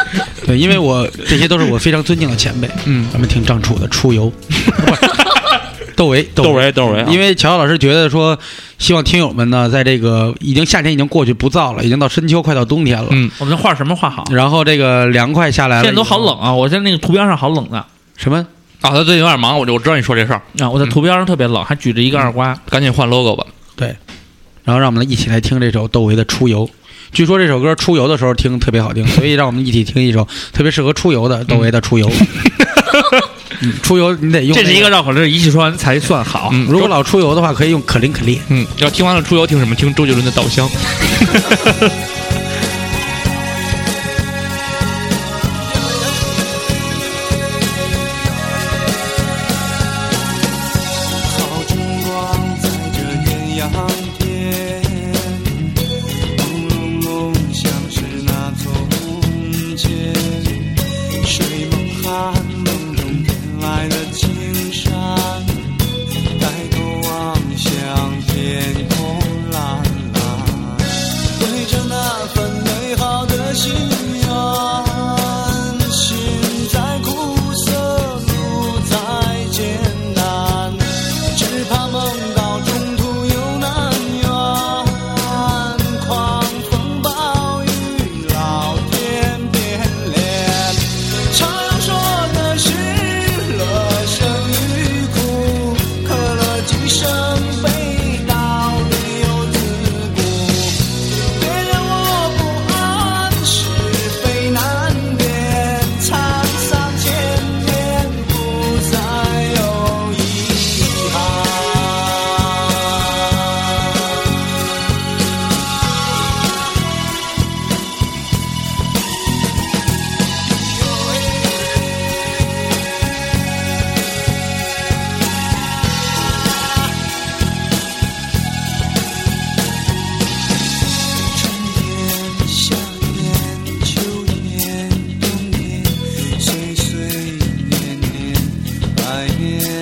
Speaker 7: 对，因为我这些都是我非常尊敬的前辈，
Speaker 6: 嗯，
Speaker 7: 咱们听张楚的《出 游》不是，窦唯，窦唯。
Speaker 6: 窦
Speaker 5: 啊
Speaker 6: 唯
Speaker 7: 因为乔乔老师觉得说，希望听友们呢，在这个已经夏天已经过去不燥了，已经到深秋快到冬天了，
Speaker 6: 嗯
Speaker 5: 我们这画什么画好？
Speaker 7: 然后这个凉快下来 了，
Speaker 5: 现在都好，冷啊！我在那个图标上好冷的
Speaker 7: 什么
Speaker 6: 啊，他最近有点忙，我就我知道你说这事儿，
Speaker 5: 啊！我在图标上特别冷，还举着一个二瓜。
Speaker 6: 赶紧换 logo 吧。
Speaker 7: 对，然后让我们一起来听这首窦唯的《出游》。据说这首歌出游的时候听特 别好听，所以让我们一起听一首特别适合出游的窦唯的《出游》。 嗯，出游你得用、
Speaker 5: 这是一个，绕口令，一气说完才算好。
Speaker 6: 嗯，
Speaker 7: 如果老出游的话，可以用可伶可俐。
Speaker 6: 嗯，要听完了出游听什么？听周杰伦的《稻香》。
Speaker 10: 好春光在这艳阳天，朦胧胧像是那从前，睡梦酣梦中天来的青山，抬头望向天空蓝蓝，对着那份美好的心愿，心再苦涩，路再艰难。只怕梦到中途有难圆，狂风暴雨老天变脸。常说的是乐生与苦，可乐今生悲，道理有自古。别让我不安，是非难辨，沧桑千年，不再有遗憾。春天、夏天、秋天、冬天，岁岁年年，百年。